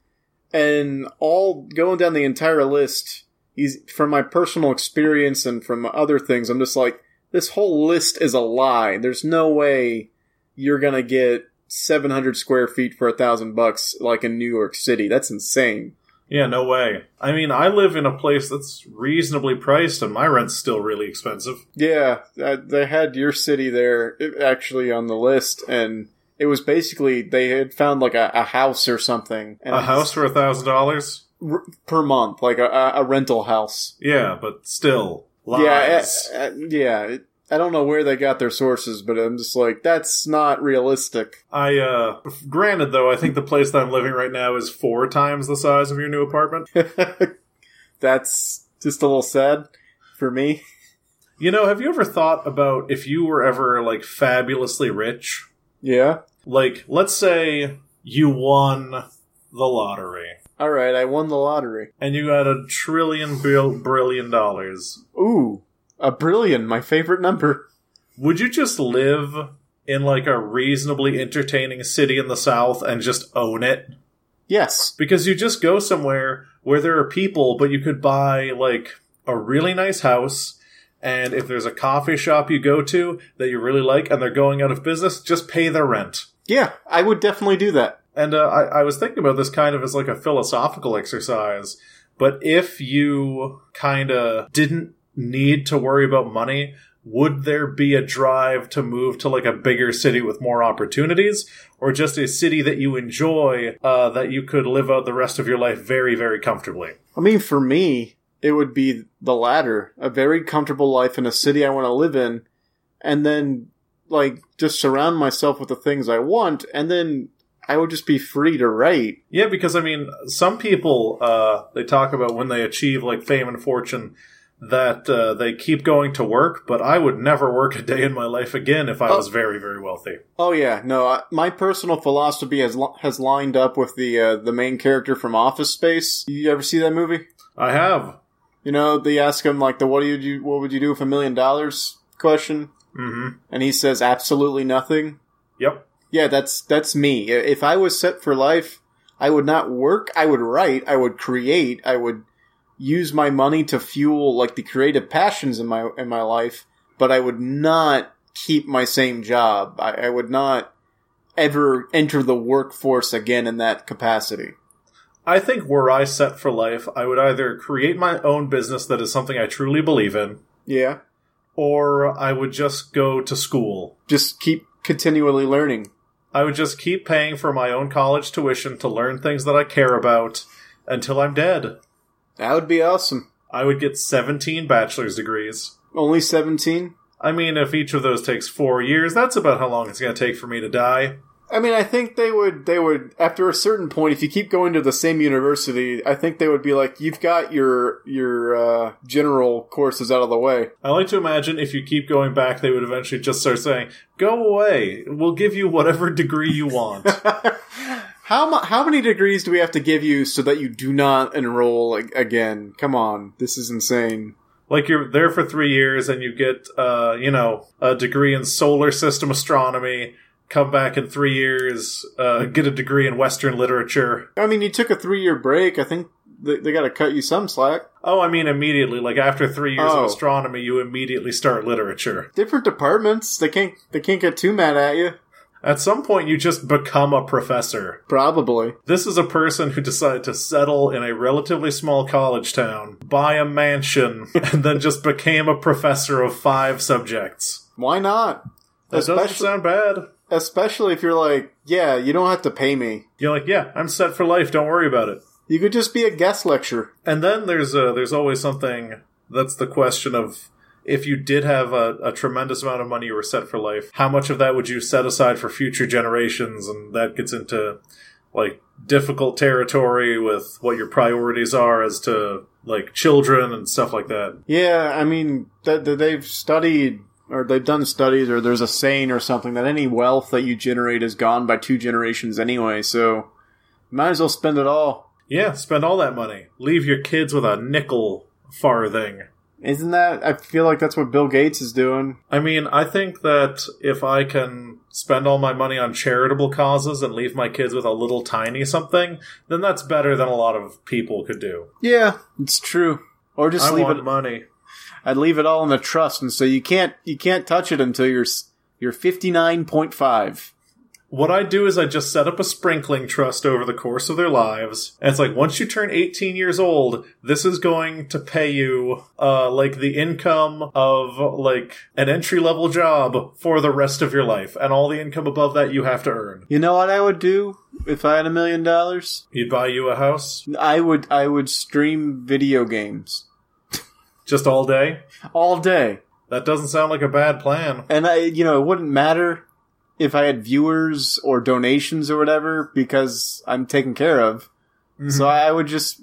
Speaker 1: And all going down the entire list, he's, from my personal experience and from other things, I'm just like, this whole list is a lie. There's no way you're going to get 700 square feet for a thousand bucks like in New York City. That's insane.
Speaker 2: Yeah, no way. I mean, I live in a place that's reasonably priced, and my rent's still really expensive.
Speaker 1: Yeah, uh, they had your city there i- actually on the list, and it was basically they had found like a, a house or something. And
Speaker 2: A
Speaker 1: it's
Speaker 2: house for a thousand dollars.
Speaker 1: r- per month, like a, a a rental house.
Speaker 2: Yeah, but still lies.
Speaker 1: Yeah, uh, uh, yeah. it- I don't know where they got their sources, but I'm just like that's not realistic.
Speaker 2: I uh granted though, I think the place that I'm living right now is four times the size of your new apartment.
Speaker 1: that's just a little sad for me.
Speaker 2: you know, have you ever thought about if you were ever like fabulously rich?
Speaker 1: Yeah.
Speaker 2: Like, let's say you won the lottery
Speaker 1: All right, I won the lottery.
Speaker 2: and you got a trillion bill brillion dollars.
Speaker 1: Ooh, a brilliant, my favorite number.
Speaker 2: Would you just live in like a reasonably entertaining city in the south and just own it?
Speaker 1: Yes.
Speaker 2: because you just go somewhere where there are people but you could buy like a really nice house and if there's a coffee shop you go to that you really like and they're going out of business just pay their rent
Speaker 1: Yeah, I would definitely do that.
Speaker 2: and uh, I, I was thinking about this kind of as like a philosophical exercise but if you kind of didn't need to worry about money would there be a drive to move to like a bigger city with more opportunities or just a city that you enjoy uh, that you could live out the rest of your life very very comfortably
Speaker 1: I mean, for me, it would be the latter a very comfortable life in a city I want to live in, and then, like, just surround myself with the things I want, and then I would just be free to write.
Speaker 2: Yeah, because I mean, some people uh, they talk about when they achieve like fame and fortune that uh, they keep going to work, but I would never work a day in my life again if I
Speaker 1: Oh.
Speaker 2: was very, very wealthy.
Speaker 1: Oh yeah, no, I, my personal philosophy has li- has lined up with the uh, the main character from Office Space. You ever see that movie?
Speaker 2: I have.
Speaker 1: You know, they ask him like the what do you do, what would you do with a million dollars question,
Speaker 2: Mm-hmm.
Speaker 1: and he says absolutely nothing.
Speaker 2: Yep.
Speaker 1: Yeah, that's that's me. I- If I was set for life, I would not work. I would write. I would create. I would use my money to fuel like the creative passions in my in my life. But I would not keep my same job. I, I would not ever enter the workforce again in that capacity.
Speaker 2: I think were I set for life, I would either create my own business that is something I truly believe in,
Speaker 1: Yeah.
Speaker 2: or I would just go to school.
Speaker 1: Just keep continually learning.
Speaker 2: I would just keep paying for my own college tuition to learn things that I care about until I'm dead.
Speaker 1: That would be awesome.
Speaker 2: I would get 17 bachelor's degrees.
Speaker 1: Only 17?
Speaker 2: I mean, if each of those takes four years, that's about how long it's going to take for me to die.
Speaker 1: I mean, I think they would, they would, after a certain point, if you keep going to the same university, I think they would be like, you've got your, your, uh, general courses out of the way.
Speaker 2: I like to imagine if you keep going back, they would eventually just start saying, Go away. We'll give you whatever degree you want.
Speaker 1: How, mu- how many degrees do we have to give you so that you do not enroll a- again? Come on. This is insane.
Speaker 2: like you're there for three years and you get, uh, you know, a degree in solar system astronomy, come back in three years, uh, get a degree in Western literature.
Speaker 1: I mean, you took a three year break. I think they, they got to cut you some slack.
Speaker 2: Oh, I mean, immediately. Like after three years
Speaker 1: Oh.
Speaker 2: of astronomy, you immediately start literature.
Speaker 1: Different departments. They can't, they can't get too mad at you.
Speaker 2: At some point, you just become a professor.
Speaker 1: Probably.
Speaker 2: This is a person who decided to settle in a relatively small college town, buy a mansion, and then just became a professor of five subjects.
Speaker 1: Why not?
Speaker 2: That doesn't
Speaker 1: Especially,
Speaker 2: sound bad.
Speaker 1: especially if you're like, yeah, you don't have to pay me.
Speaker 2: You're like, yeah, I'm set for life. Don't worry about it.
Speaker 1: You could just be a guest lecturer.
Speaker 2: And then there's uh, there's always something that's the question of if you did have a, a tremendous amount of money you were set for life, how much of that would you set aside for future generations? And that gets into like difficult territory with what your priorities are as to like children and stuff like that.
Speaker 1: Yeah, I mean, that that they've studied or they've done studies or there's a saying or something that any wealth that you generate is gone by two generations anyway, so might as well spend it all.
Speaker 2: Yeah, spend all that money. Leave your kids with a nickel farthing.
Speaker 1: Isn't that I feel like that's what Bill Gates is doing.
Speaker 2: I mean, I think that if I can spend all my money on charitable causes and leave my kids with a little tiny something, then that's better than a lot of people could do.
Speaker 1: Yeah, it's true. Or just
Speaker 2: I
Speaker 1: leave
Speaker 2: want
Speaker 1: it
Speaker 2: money.
Speaker 1: I'd leave it all in the trust and so you can't you can't touch it until you're s- you're 59.5.
Speaker 2: What I do is I just set up a sprinkling trust over the course of their lives. And it's like once you turn 18 years old, this is going to pay you uh like the income of like an entry level job for the rest of your life and all the income above that you have to earn.
Speaker 1: You know what I would do if I had a million dollars?
Speaker 2: He'd buy you a house
Speaker 1: I would I would stream video games
Speaker 2: just all day.
Speaker 1: all day.
Speaker 2: That doesn't sound like a bad plan.
Speaker 1: And I you know, it wouldn't matter if I had viewers or donations or whatever because I'm taken care of. So I would just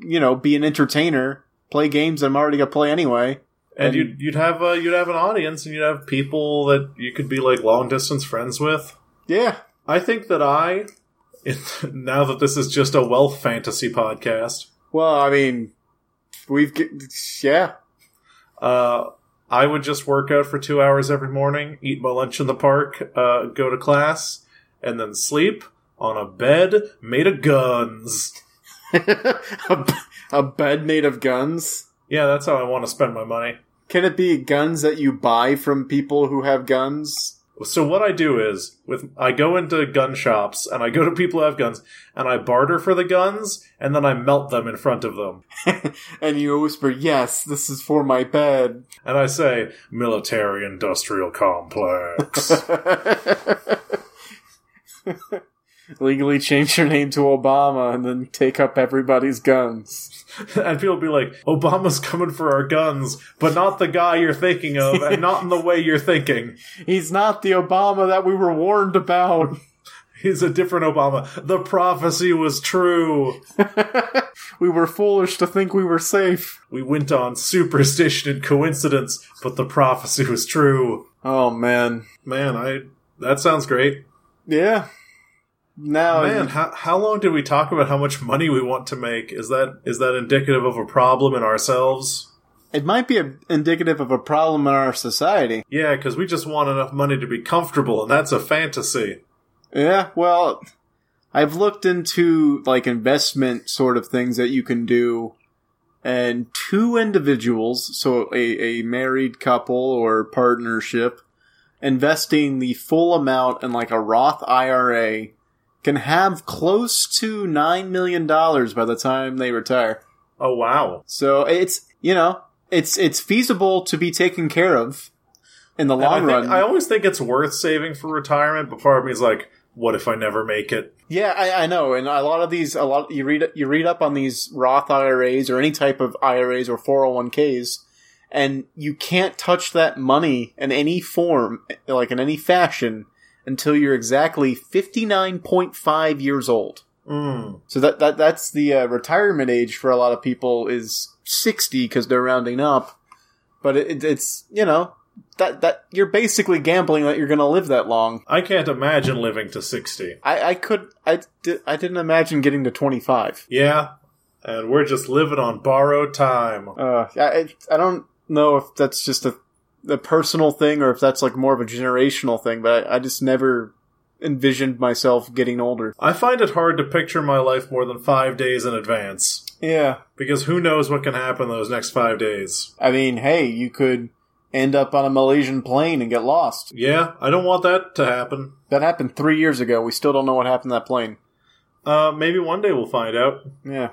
Speaker 1: you know, be an entertainer, play games I'm already gonna play anyway.
Speaker 2: And
Speaker 1: And-
Speaker 2: you'd you'd have uh, you'd have an audience and you'd have people that you could be like long distance friends with.
Speaker 1: Yeah.
Speaker 2: I think that I now that this is just a wealth fantasy podcast,
Speaker 1: Well, I mean we've g yeah.
Speaker 2: uh I would just work out for 2 hours every morning, eat my lunch in the park, uh go to class and then sleep on a bed made of guns.
Speaker 1: a, b- a bed made of guns.
Speaker 2: Yeah, that's how I want to spend my money.
Speaker 1: Can it be guns that you buy from people who have guns?
Speaker 2: So what I do is with I go into gun shops and I go to people who have guns and I barter for the guns and then I melt them in front of them.
Speaker 1: And you whisper, "Yes, this is for my bed."
Speaker 2: And I say military industrial complex.
Speaker 1: Legally change your name to Obama and then take up everybody's guns.
Speaker 2: and people be like, "Obama's coming for our guns, but not the guy you're thinking of and not in the way you're thinking.
Speaker 1: He's not the Obama that we were warned about.
Speaker 2: He's a different Obama. The prophecy was true."
Speaker 1: we were foolish to think we were safe.
Speaker 2: We went on superstition and coincidence, but the prophecy was true.
Speaker 1: Oh man.
Speaker 2: Man, I that sounds great.
Speaker 1: Yeah. Now
Speaker 2: Man, how, how long did we talk about how much money we want to make? Is that is that indicative of a problem in ourselves?
Speaker 1: it might be a, indicative of a problem in our society.
Speaker 2: Yeah, because we just want enough money to be comfortable, and that's a fantasy.
Speaker 1: Yeah, well, I've looked into like investment sort of things that you can do, and two individuals, so a, a married couple or partnership, investing the full amount in like a Roth IRA can have close to $9 million by the time they retire.
Speaker 2: Oh wow.
Speaker 1: So it's, you know, it's it's feasible to be taken care of in the
Speaker 2: And
Speaker 1: long
Speaker 2: I, think-
Speaker 1: run.
Speaker 2: I always think it's worth saving for retirement, but part of me is like, what if I never make it?
Speaker 1: Yeah, I, I know, and a lot of these, a lot you read you read up on these Roth IRAs or any type of IRAs or four hundred one ks, and you can't touch that money in any form, like in any fashion, until you're exactly fifty nine point five years old.
Speaker 2: Mm.
Speaker 1: So that that that's the uh, retirement age for a lot of people is sixty because they're rounding up, but it, it's you know that that you're basically gambling that you're going to live that long.
Speaker 2: I can't imagine living to sixty.
Speaker 1: I, I could I, di- I didn't imagine getting to 25.
Speaker 2: Yeah, and we're just living on borrowed time.
Speaker 1: Uh, I I- I don't know if that's just a a personal thing or if that's like more of a generational thing, but I, I just never envisioned myself getting older.
Speaker 2: I find it hard to picture my life more than five days in advance
Speaker 1: Yeah,
Speaker 2: because who knows what can happen those next five days.
Speaker 1: I mean, hey, you could end up on a Malaysian plane and get lost.
Speaker 2: Yeah, I don't want that to happen.
Speaker 1: That happened three years ago. We still don't know what happened to that plane.
Speaker 2: Uh, maybe one day we'll find out.
Speaker 1: Yeah.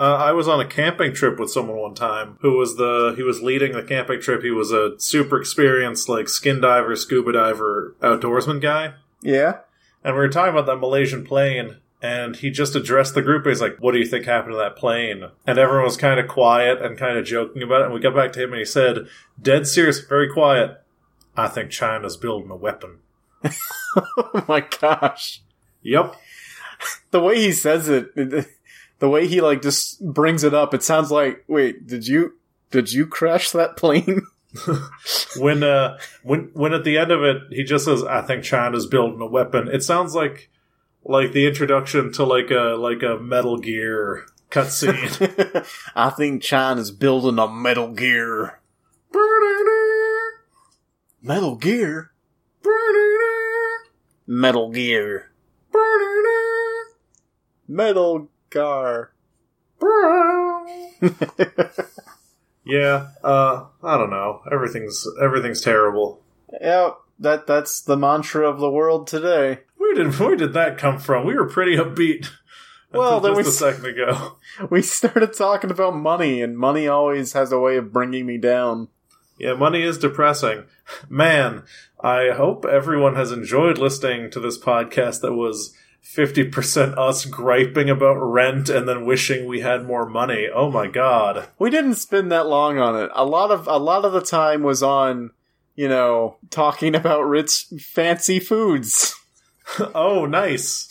Speaker 2: Uh, I was on a camping trip with someone one time who was the he was leading the camping trip. He was a super experienced like skin diver, scuba diver, outdoorsman guy.
Speaker 1: Yeah.
Speaker 2: And we were talking about that Malaysian plane, and he just addressed the group. He's like, "What do you think happened to that plane?" And everyone was kind of quiet and kind of joking about it. And we got back to him, and he said, "Dead serious, very quiet. I think China's building a weapon."
Speaker 1: Oh my gosh.
Speaker 2: Yep.
Speaker 1: the way he says it, it- the way he like just brings it up, it sounds like, wait, did you did you crash that plane?
Speaker 2: When uh, when when at the end of it, he just says, "I think China's building a weapon." It sounds like like the introduction to like a like a Metal Gear cutscene.
Speaker 1: I think China's building a Metal Gear. Metal Gear. Metal Gear. Metal Gar.
Speaker 2: Yeah, uh, I don't know. Everything's everything's terrible.
Speaker 1: yep, that that's the mantra of the world today.
Speaker 2: Where did where did that come from? We were pretty upbeat.
Speaker 1: Well,
Speaker 2: Well,
Speaker 1: there
Speaker 2: just
Speaker 1: was-
Speaker 2: a second ago.
Speaker 1: We started talking about money, and money always has a way of bringing me down.
Speaker 2: Yeah, money is depressing. Man, I hope everyone has enjoyed listening to this podcast that was 50% us griping about rent and then wishing we had more money. Oh my god.
Speaker 1: we didn't spend that long on it. A lot of a lot of the time was on, you know, talking about rich fancy foods.
Speaker 2: Oh, nice.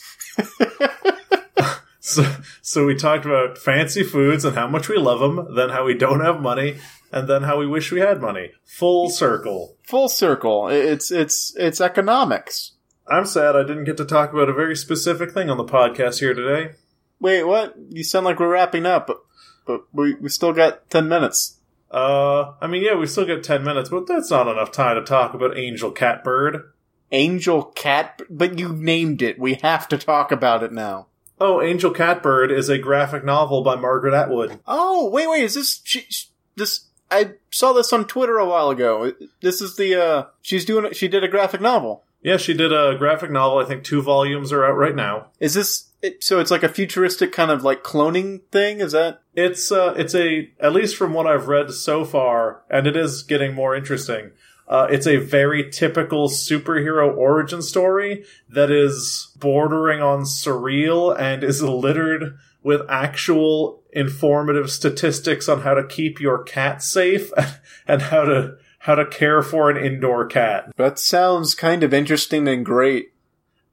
Speaker 2: so, so we talked about fancy foods and how much we love them, then how we don't have money, and then how we wish we had money. Full circle.
Speaker 1: Full circle. I- It's it's it's economics.
Speaker 2: I'm sad I didn't get to talk about a very specific thing on the podcast here today.
Speaker 1: Wait, what? You sound like we're wrapping up, but, but we we still got ten minutes.
Speaker 2: Uh, I mean, yeah, we still got 10 minutes, but that's not enough time to talk about Angel Catbird.
Speaker 1: Angel cat, but you named it. We have to talk about it now.
Speaker 2: Oh, Angel Catbird is a graphic novel by Margaret Atwood.
Speaker 1: Oh wait, wait, is this she, sh this? I saw this on Twitter a while ago. This is the uh, she's doing. She did a graphic novel.
Speaker 2: Yeah, she did a graphic novel. I think two volumes are out right now.
Speaker 1: Is this it, so? It's like a futuristic kind of like cloning thing. Is that
Speaker 2: It's uh, it's a at least from what I've read so far, and it is getting more interesting. Uh, it's a very typical superhero origin story that is bordering on surreal and is littered with actual informative statistics on how to keep your cat safe and how to how to care for an indoor cat.
Speaker 1: that sounds kind of interesting and great?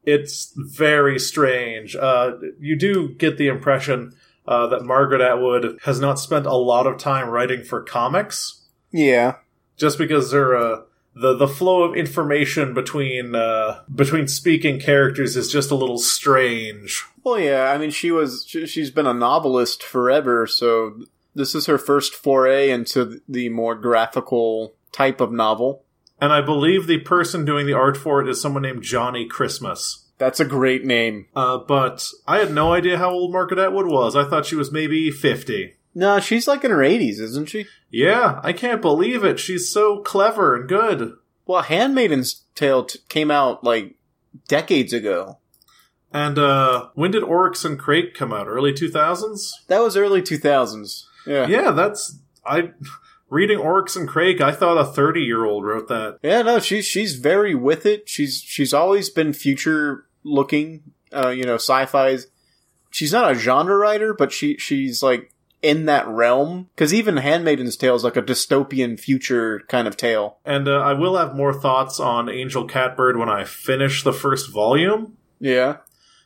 Speaker 2: it's very strange. Uh, you do get the impression uh, that Margaret Atwood has not spent a lot of time writing for comics,
Speaker 1: Yeah,
Speaker 2: just because her uh, the the flow of information between uh, between speaking characters is just a little strange.
Speaker 1: well, yeah. I mean, she was she, she's been a novelist forever, so this is her first foray into the more graphical type of novel.
Speaker 2: And I believe the person doing the art for it is someone named Johnny Christmas.
Speaker 1: That's a great name.
Speaker 2: Uh, but I had no idea how old Margaret Atwood was. I thought she was maybe 50.
Speaker 1: No, she's like in her 80s, isn't she?
Speaker 2: Yeah, I can't believe it. She's so clever and good.
Speaker 1: Well, Handmaiden's Tale t- came out like decades ago.
Speaker 2: And uh, when did Oryx and Crate come out? Early 2000s?
Speaker 1: That was early 2000s. Yeah. Yeah,
Speaker 2: Yeah, that's. I. Reading Oryx and Crake, I thought a 30 year old wrote that.
Speaker 1: no, she's she's very with it. She's she's always been future looking, uh, you know, sci-fi's. She's not a genre writer, but she she's like in that realm cuz even Handmaiden's Tale is like a dystopian future kind of tale.
Speaker 2: And uh, I will have more thoughts on Angel Catbird when I finish the first volume.
Speaker 1: Yeah.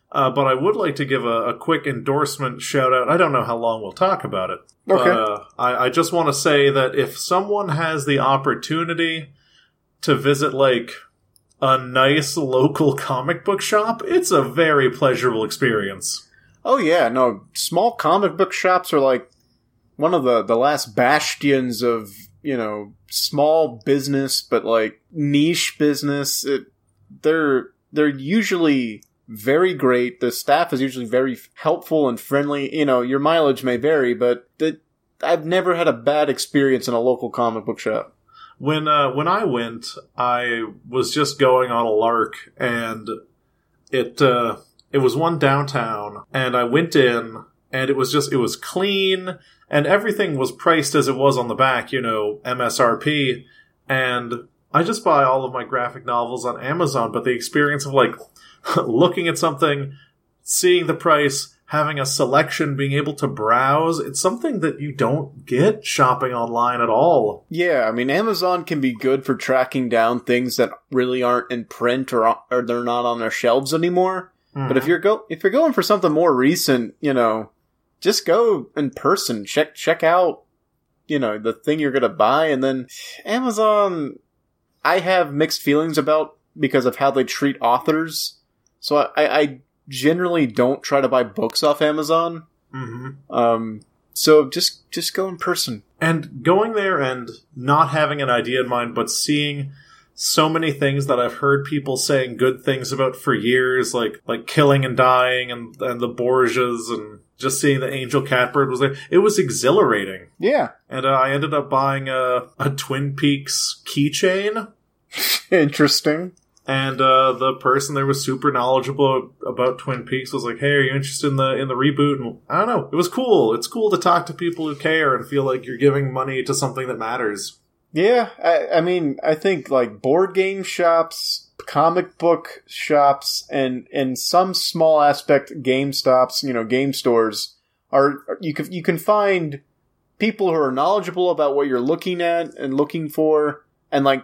Speaker 2: Uh, but I would like to give a, a quick endorsement shout out. I don't know how long we'll talk about it. But,
Speaker 1: Okay.
Speaker 2: uh, I, I just want to say that if someone has the opportunity to visit, like, a nice local comic book shop, it's a very pleasurable experience.
Speaker 1: Oh yeah, no. Small comic book shops are like one of the the last bastions of you know small business, but like niche business. It, they're they're usually very great. The staff is usually very helpful and friendly. You know, your mileage may vary, but the, I've never had a bad experience in a local comic book shop.
Speaker 2: when uh, when I went, I was just going on a lark, and it uh, it was one downtown, and I went in, and it was just it was clean, and everything was priced as it was on the back, you know, MSRP, and I just buy all of my graphic novels on Amazon, but the experience of like looking at something, seeing the price. Having a selection, being able to browse, it's something that you don't get shopping online at all.
Speaker 1: Yeah, I mean Amazon can be good for tracking down things that really aren't in print or or they're not on their shelves anymore. But
Speaker 2: Mm-hmm.
Speaker 1: if you're go if you're going for something more recent, you know, just go in person. Check check out, you know, the thing you're gonna buy, and then Amazon. I have mixed feelings about because of how they treat authors. So I, I, I generally don't try to buy books off Amazon.
Speaker 2: hmm
Speaker 1: Um, so just just go in person.
Speaker 2: And going there and not having an idea in mind, but seeing so many things that I've heard people saying good things about for years, like like killing and dying and and the Borgias, and just seeing the Angel Catbird was there. It was exhilarating,
Speaker 1: Yeah,
Speaker 2: and uh, I ended up buying a a Twin Peaks keychain.
Speaker 1: interesting.
Speaker 2: And uh, the person there was super knowledgeable about Twin Peaks. Was like, "Hey, are you interested in the in the reboot?" And I don't know. It was cool. It's cool to talk to people who care and feel like you're giving money to something that matters.
Speaker 1: Yeah, I, I mean, I think like board game shops, comic book shops, and and some small aspect game stops, you know, game stores are you can you can find people who are knowledgeable about what you're looking at and looking for, and like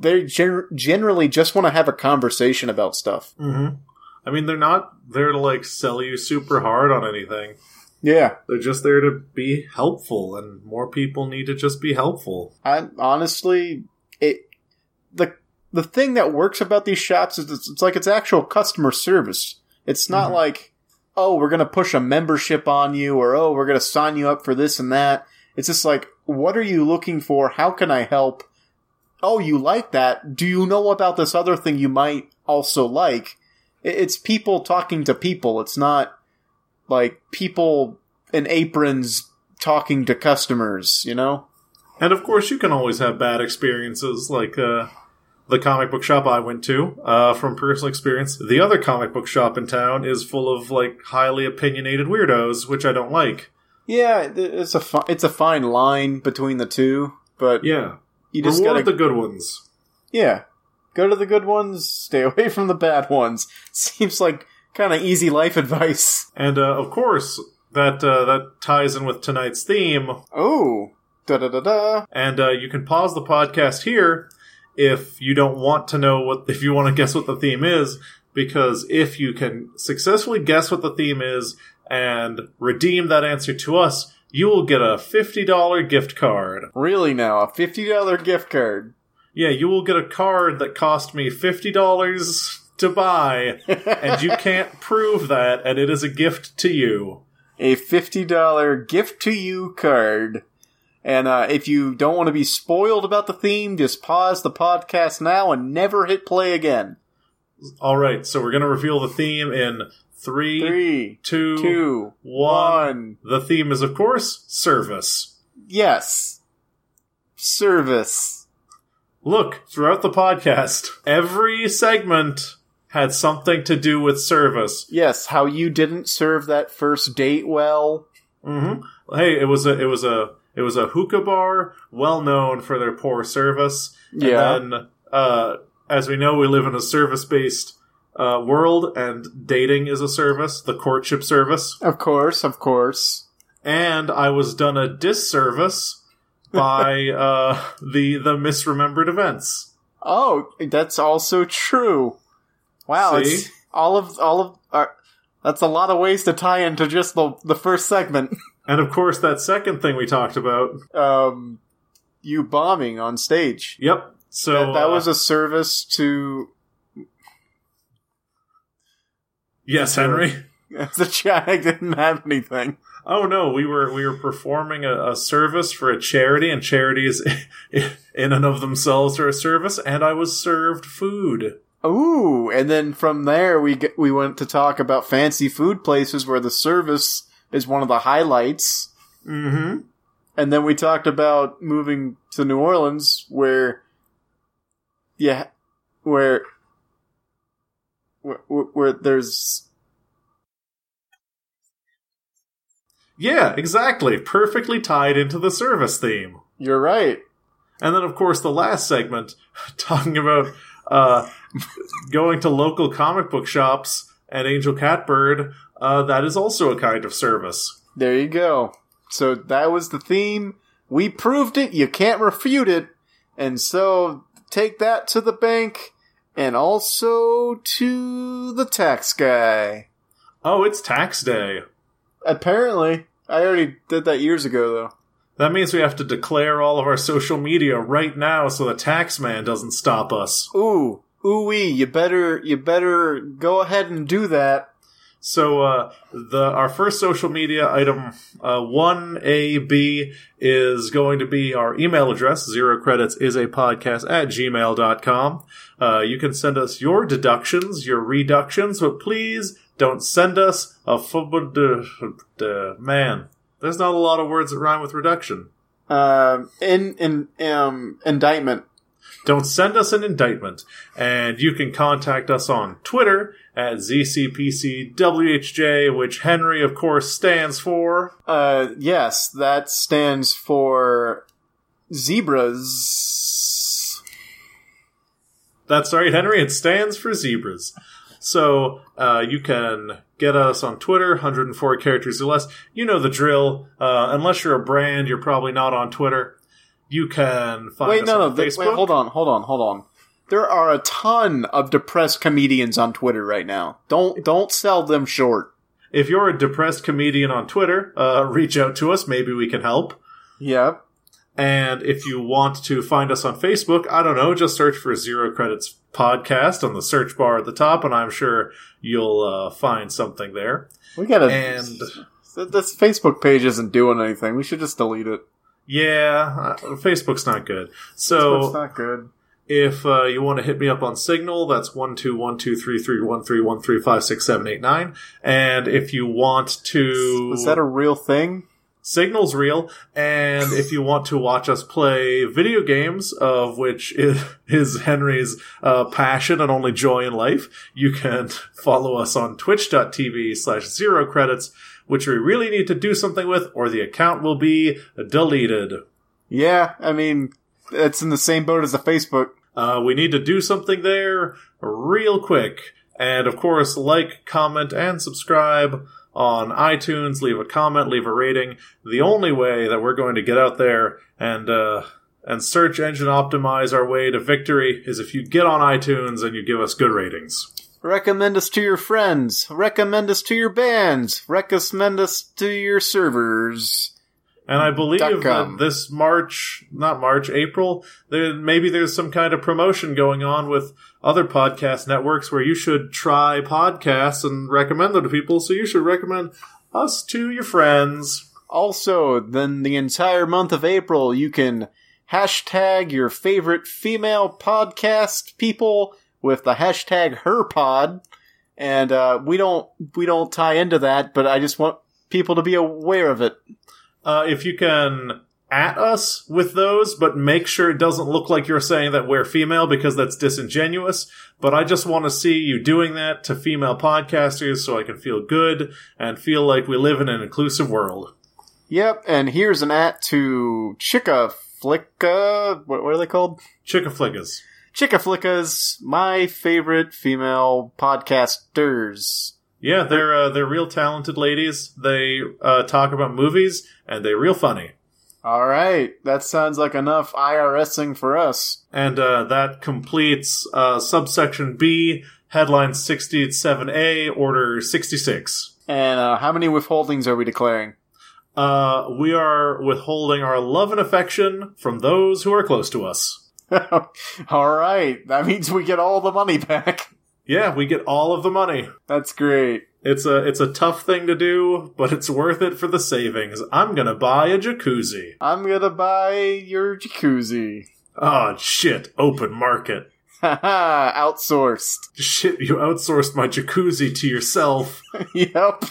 Speaker 1: they gen- generally just want to have a conversation about stuff.
Speaker 2: Mm-hmm. I mean, they're not there to like sell you super hard on anything.
Speaker 1: Yeah,
Speaker 2: They're just there to be helpful, and more people need to just be helpful.
Speaker 1: I honestly it the the thing that works about these shops is it's, it's like it's actual customer service. It's not
Speaker 2: Mhm.
Speaker 1: like oh we're gonna push a membership on you or oh we're gonna sign you up for this and that. It's just like what are you looking for? How can I help? Oh, you like that? Do you know about this other thing you might also like? It- It's people talking to people. It's not like people in aprons talking to customers. You know.
Speaker 2: And of course, you can always have bad experiences, like uh, the comic book shop I went to. Uh, from personal experience, the other comic book shop in town is full of like highly opinionated weirdos, which I don't like.
Speaker 1: Yeah, th- it's a fi- it's a fine line between the two, but
Speaker 2: Yeah,
Speaker 1: you just
Speaker 2: reward
Speaker 1: gotta
Speaker 2: the good ones.
Speaker 1: yeah, go to the good ones, stay away from the bad ones. Seems like kind of easy life advice.
Speaker 2: And uh, of course, that uh, that ties in with tonight's theme,
Speaker 1: Oh, da da da da.
Speaker 2: And uh, you can pause the podcast here if you don't want to know what, if you want to guess what the theme is, because if you can successfully guess what the theme is and redeem that answer to us, you will get a $50 gift card.
Speaker 1: Really now, a fifty dollar gift card.
Speaker 2: Yeah, you will get a card that cost me $50 to buy, and you can't prove that, and it is a gift to you.
Speaker 1: a $50 gift to you card. And uh, if you don't want to be spoiled about the theme, just pause the podcast now and never hit play again.
Speaker 2: All right, so we're going to reveal the theme in three, two, one.
Speaker 1: Three, two, one.
Speaker 2: The theme is, of course, service.
Speaker 1: Yes. Service.
Speaker 2: Look, throughout the podcast, every segment had something to do with service.
Speaker 1: Yes, how you didn't serve that first date well.
Speaker 2: hmm Hey, it was a, it was a, it was a hookah bar, well known for their poor service.
Speaker 1: Yeah.
Speaker 2: And then, uh, as we know, we live in a service-based uh, world, and dating is a service, the courtship service.
Speaker 1: Of course, of course.
Speaker 2: and I was done a disservice by uh, the the misremembered events.
Speaker 1: Oh, that's also true. Wow, it's
Speaker 2: See?
Speaker 1: all of all of uh, that's a lot of ways to tie into just the the first segment.
Speaker 2: And of course, that second thing we talked about.
Speaker 1: Um, you bombing on stage.
Speaker 2: Yep. So
Speaker 1: that, that was
Speaker 2: uh,
Speaker 1: a service to
Speaker 2: yes, Henry.
Speaker 1: as a child. I didn't have anything.
Speaker 2: Oh no, we were we were performing a, a service for a charity, and charities in and of themselves are a service. And I was served food.
Speaker 1: Ooh, and then from there we get, we went to talk about fancy food places where the service is one of the highlights.
Speaker 2: Mm-hmm.
Speaker 1: And then we talked about moving to New Orleans, where, yeah, where, where, where there's
Speaker 2: Yeah, exactly. Perfectly tied into the service theme.
Speaker 1: you're right.
Speaker 2: And then, of course, the last segment talking about uh, going to local comic book shops and Angel Catbird. Uh, that is also a kind of service.
Speaker 1: There you go. So that was the theme. We proved it. You can't refute it. And so take that to the bank and also to the tax guy.
Speaker 2: Oh, it's tax day.
Speaker 1: Apparently, I already did that years ago though.
Speaker 2: That means we have to declare all of our social media right now so the tax man doesn't stop us.
Speaker 1: Ooh, ooh wee, you better, you better go ahead and do that.
Speaker 2: So uh, the our first social media item uh, one A B is going to be our email address zero credits is a podcast at gmail.com. Uh, you can send us your deductions, your reductions, but please don't send us a football. Man, there's not a lot of words that rhyme with reduction.
Speaker 1: Um, in in um indictment.
Speaker 2: Don't send us an indictment. And you can contact us on Twitter at ZCPCWHJ, which Henry, of course, stands for.
Speaker 1: Uh, yes, that stands for zebras.
Speaker 2: That's right, Henry. It stands for zebras. So uh, you can get us on Twitter, 104 characters or less. You know the drill. Uh, unless you're a brand, you're probably not on Twitter. You can find
Speaker 1: Wait,
Speaker 2: us
Speaker 1: no, no.
Speaker 2: on
Speaker 1: th-
Speaker 2: Facebook.
Speaker 1: wait, hold on, hold on, hold on. There are a ton of depressed comedians on Twitter right now. Don't don't sell them short.
Speaker 2: If you're a depressed comedian on Twitter, uh, reach out to us. Maybe we can help.
Speaker 1: Yep.
Speaker 2: And if you want to find us on Facebook, I don't know, just search for Zero Credits Podcast on the search bar at the top, and I'm sure you'll uh, find something there.
Speaker 1: We gotta.
Speaker 2: And
Speaker 1: Th- this Facebook page isn't doing anything. We should just delete it.
Speaker 2: yeah, uh, Facebook's not good.
Speaker 1: That's
Speaker 2: So
Speaker 1: not good.
Speaker 2: if uh, you want to hit me up on Signal, that's one two one two three three one three one three five six seven eight nine. And if you want to,
Speaker 1: Is that a real thing?
Speaker 2: Signal's real, and if you want to watch us play video games, of which is, is Henry's uh, passion and only joy in life, you can follow us on twitch.tv slash zero credits, which we really need to do something with, or the account will be deleted.
Speaker 1: Yeah, I mean, it's in the same boat as the Facebook.
Speaker 2: Uh, we need to do something there real quick. And of course, like, comment, and subscribe on iTunes. Leave a comment, leave a rating. The only way that we're going to get out there and uh, and search engine optimize our way to victory is if you get on iTunes and you give us good ratings.
Speaker 1: Recommend us to your friends. Recommend us to your bands. Recommend us to your servers.
Speaker 2: And I believe
Speaker 1: Dot
Speaker 2: that
Speaker 1: com.
Speaker 2: this March, not March, April, there, maybe there's some kind of promotion going on with other podcast networks where you should try podcasts and recommend them to people. So you should recommend us to your friends.
Speaker 1: Also, then the entire month of April, you can hashtag your favorite female podcast people with the hashtag HerPod, and uh, we don't we don't tie into that, but I just want people to be aware of it.
Speaker 2: Uh, if you can at us with those, but make sure it doesn't look like you're saying that we're female because that's disingenuous. But I just want to see you doing that to female podcasters so I can feel good and feel like we live in an inclusive world.
Speaker 1: Yep, and here's an at to Chicka Flicka. What, what are they called?
Speaker 2: Chickaflickas.
Speaker 1: Chicka Flickas, my favorite female podcasters.
Speaker 2: Yeah, they're uh, they're real talented ladies. They uh, talk about movies and they're real funny.
Speaker 1: All right, that sounds like enough IRSing for us.
Speaker 2: And uh, that completes uh, subsection B, headline 67A, order 66.
Speaker 1: And uh, how many withholdings are we declaring?
Speaker 2: Uh, we are withholding our love and affection from those who are close to us.
Speaker 1: all right, that means we get all the money back.
Speaker 2: Yeah, we get all of the money.
Speaker 1: That's great.
Speaker 2: It's a it's a tough thing to do, but it's worth it for the savings. I'm gonna buy a jacuzzi.
Speaker 1: I'm gonna buy your jacuzzi.
Speaker 2: Oh shit, open market.
Speaker 1: Haha, outsourced.
Speaker 2: Shit, you outsourced my jacuzzi to yourself.
Speaker 1: yep,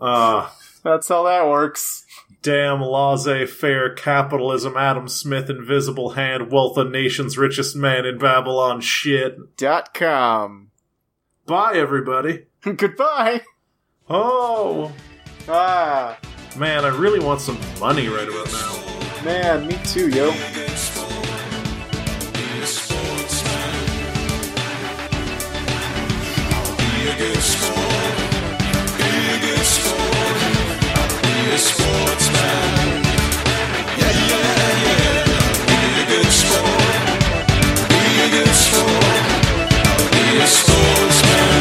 Speaker 2: Ah,
Speaker 1: that's how that works.
Speaker 2: damn laissez-faire capitalism, Adam Smith, invisible hand, wealth of nations, richest man in Babylon. Shit.
Speaker 1: Dot com.
Speaker 2: Bye, everybody.
Speaker 1: Goodbye.
Speaker 2: Oh
Speaker 1: Ah,
Speaker 2: man, I really want some money right about now.
Speaker 1: man, me too, yo.
Speaker 3: Sportsman, yeah, yeah, yeah. Be a good sport. Be a good sport. Be a sportsman.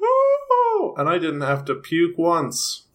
Speaker 2: Woo! And I didn't have to puke once.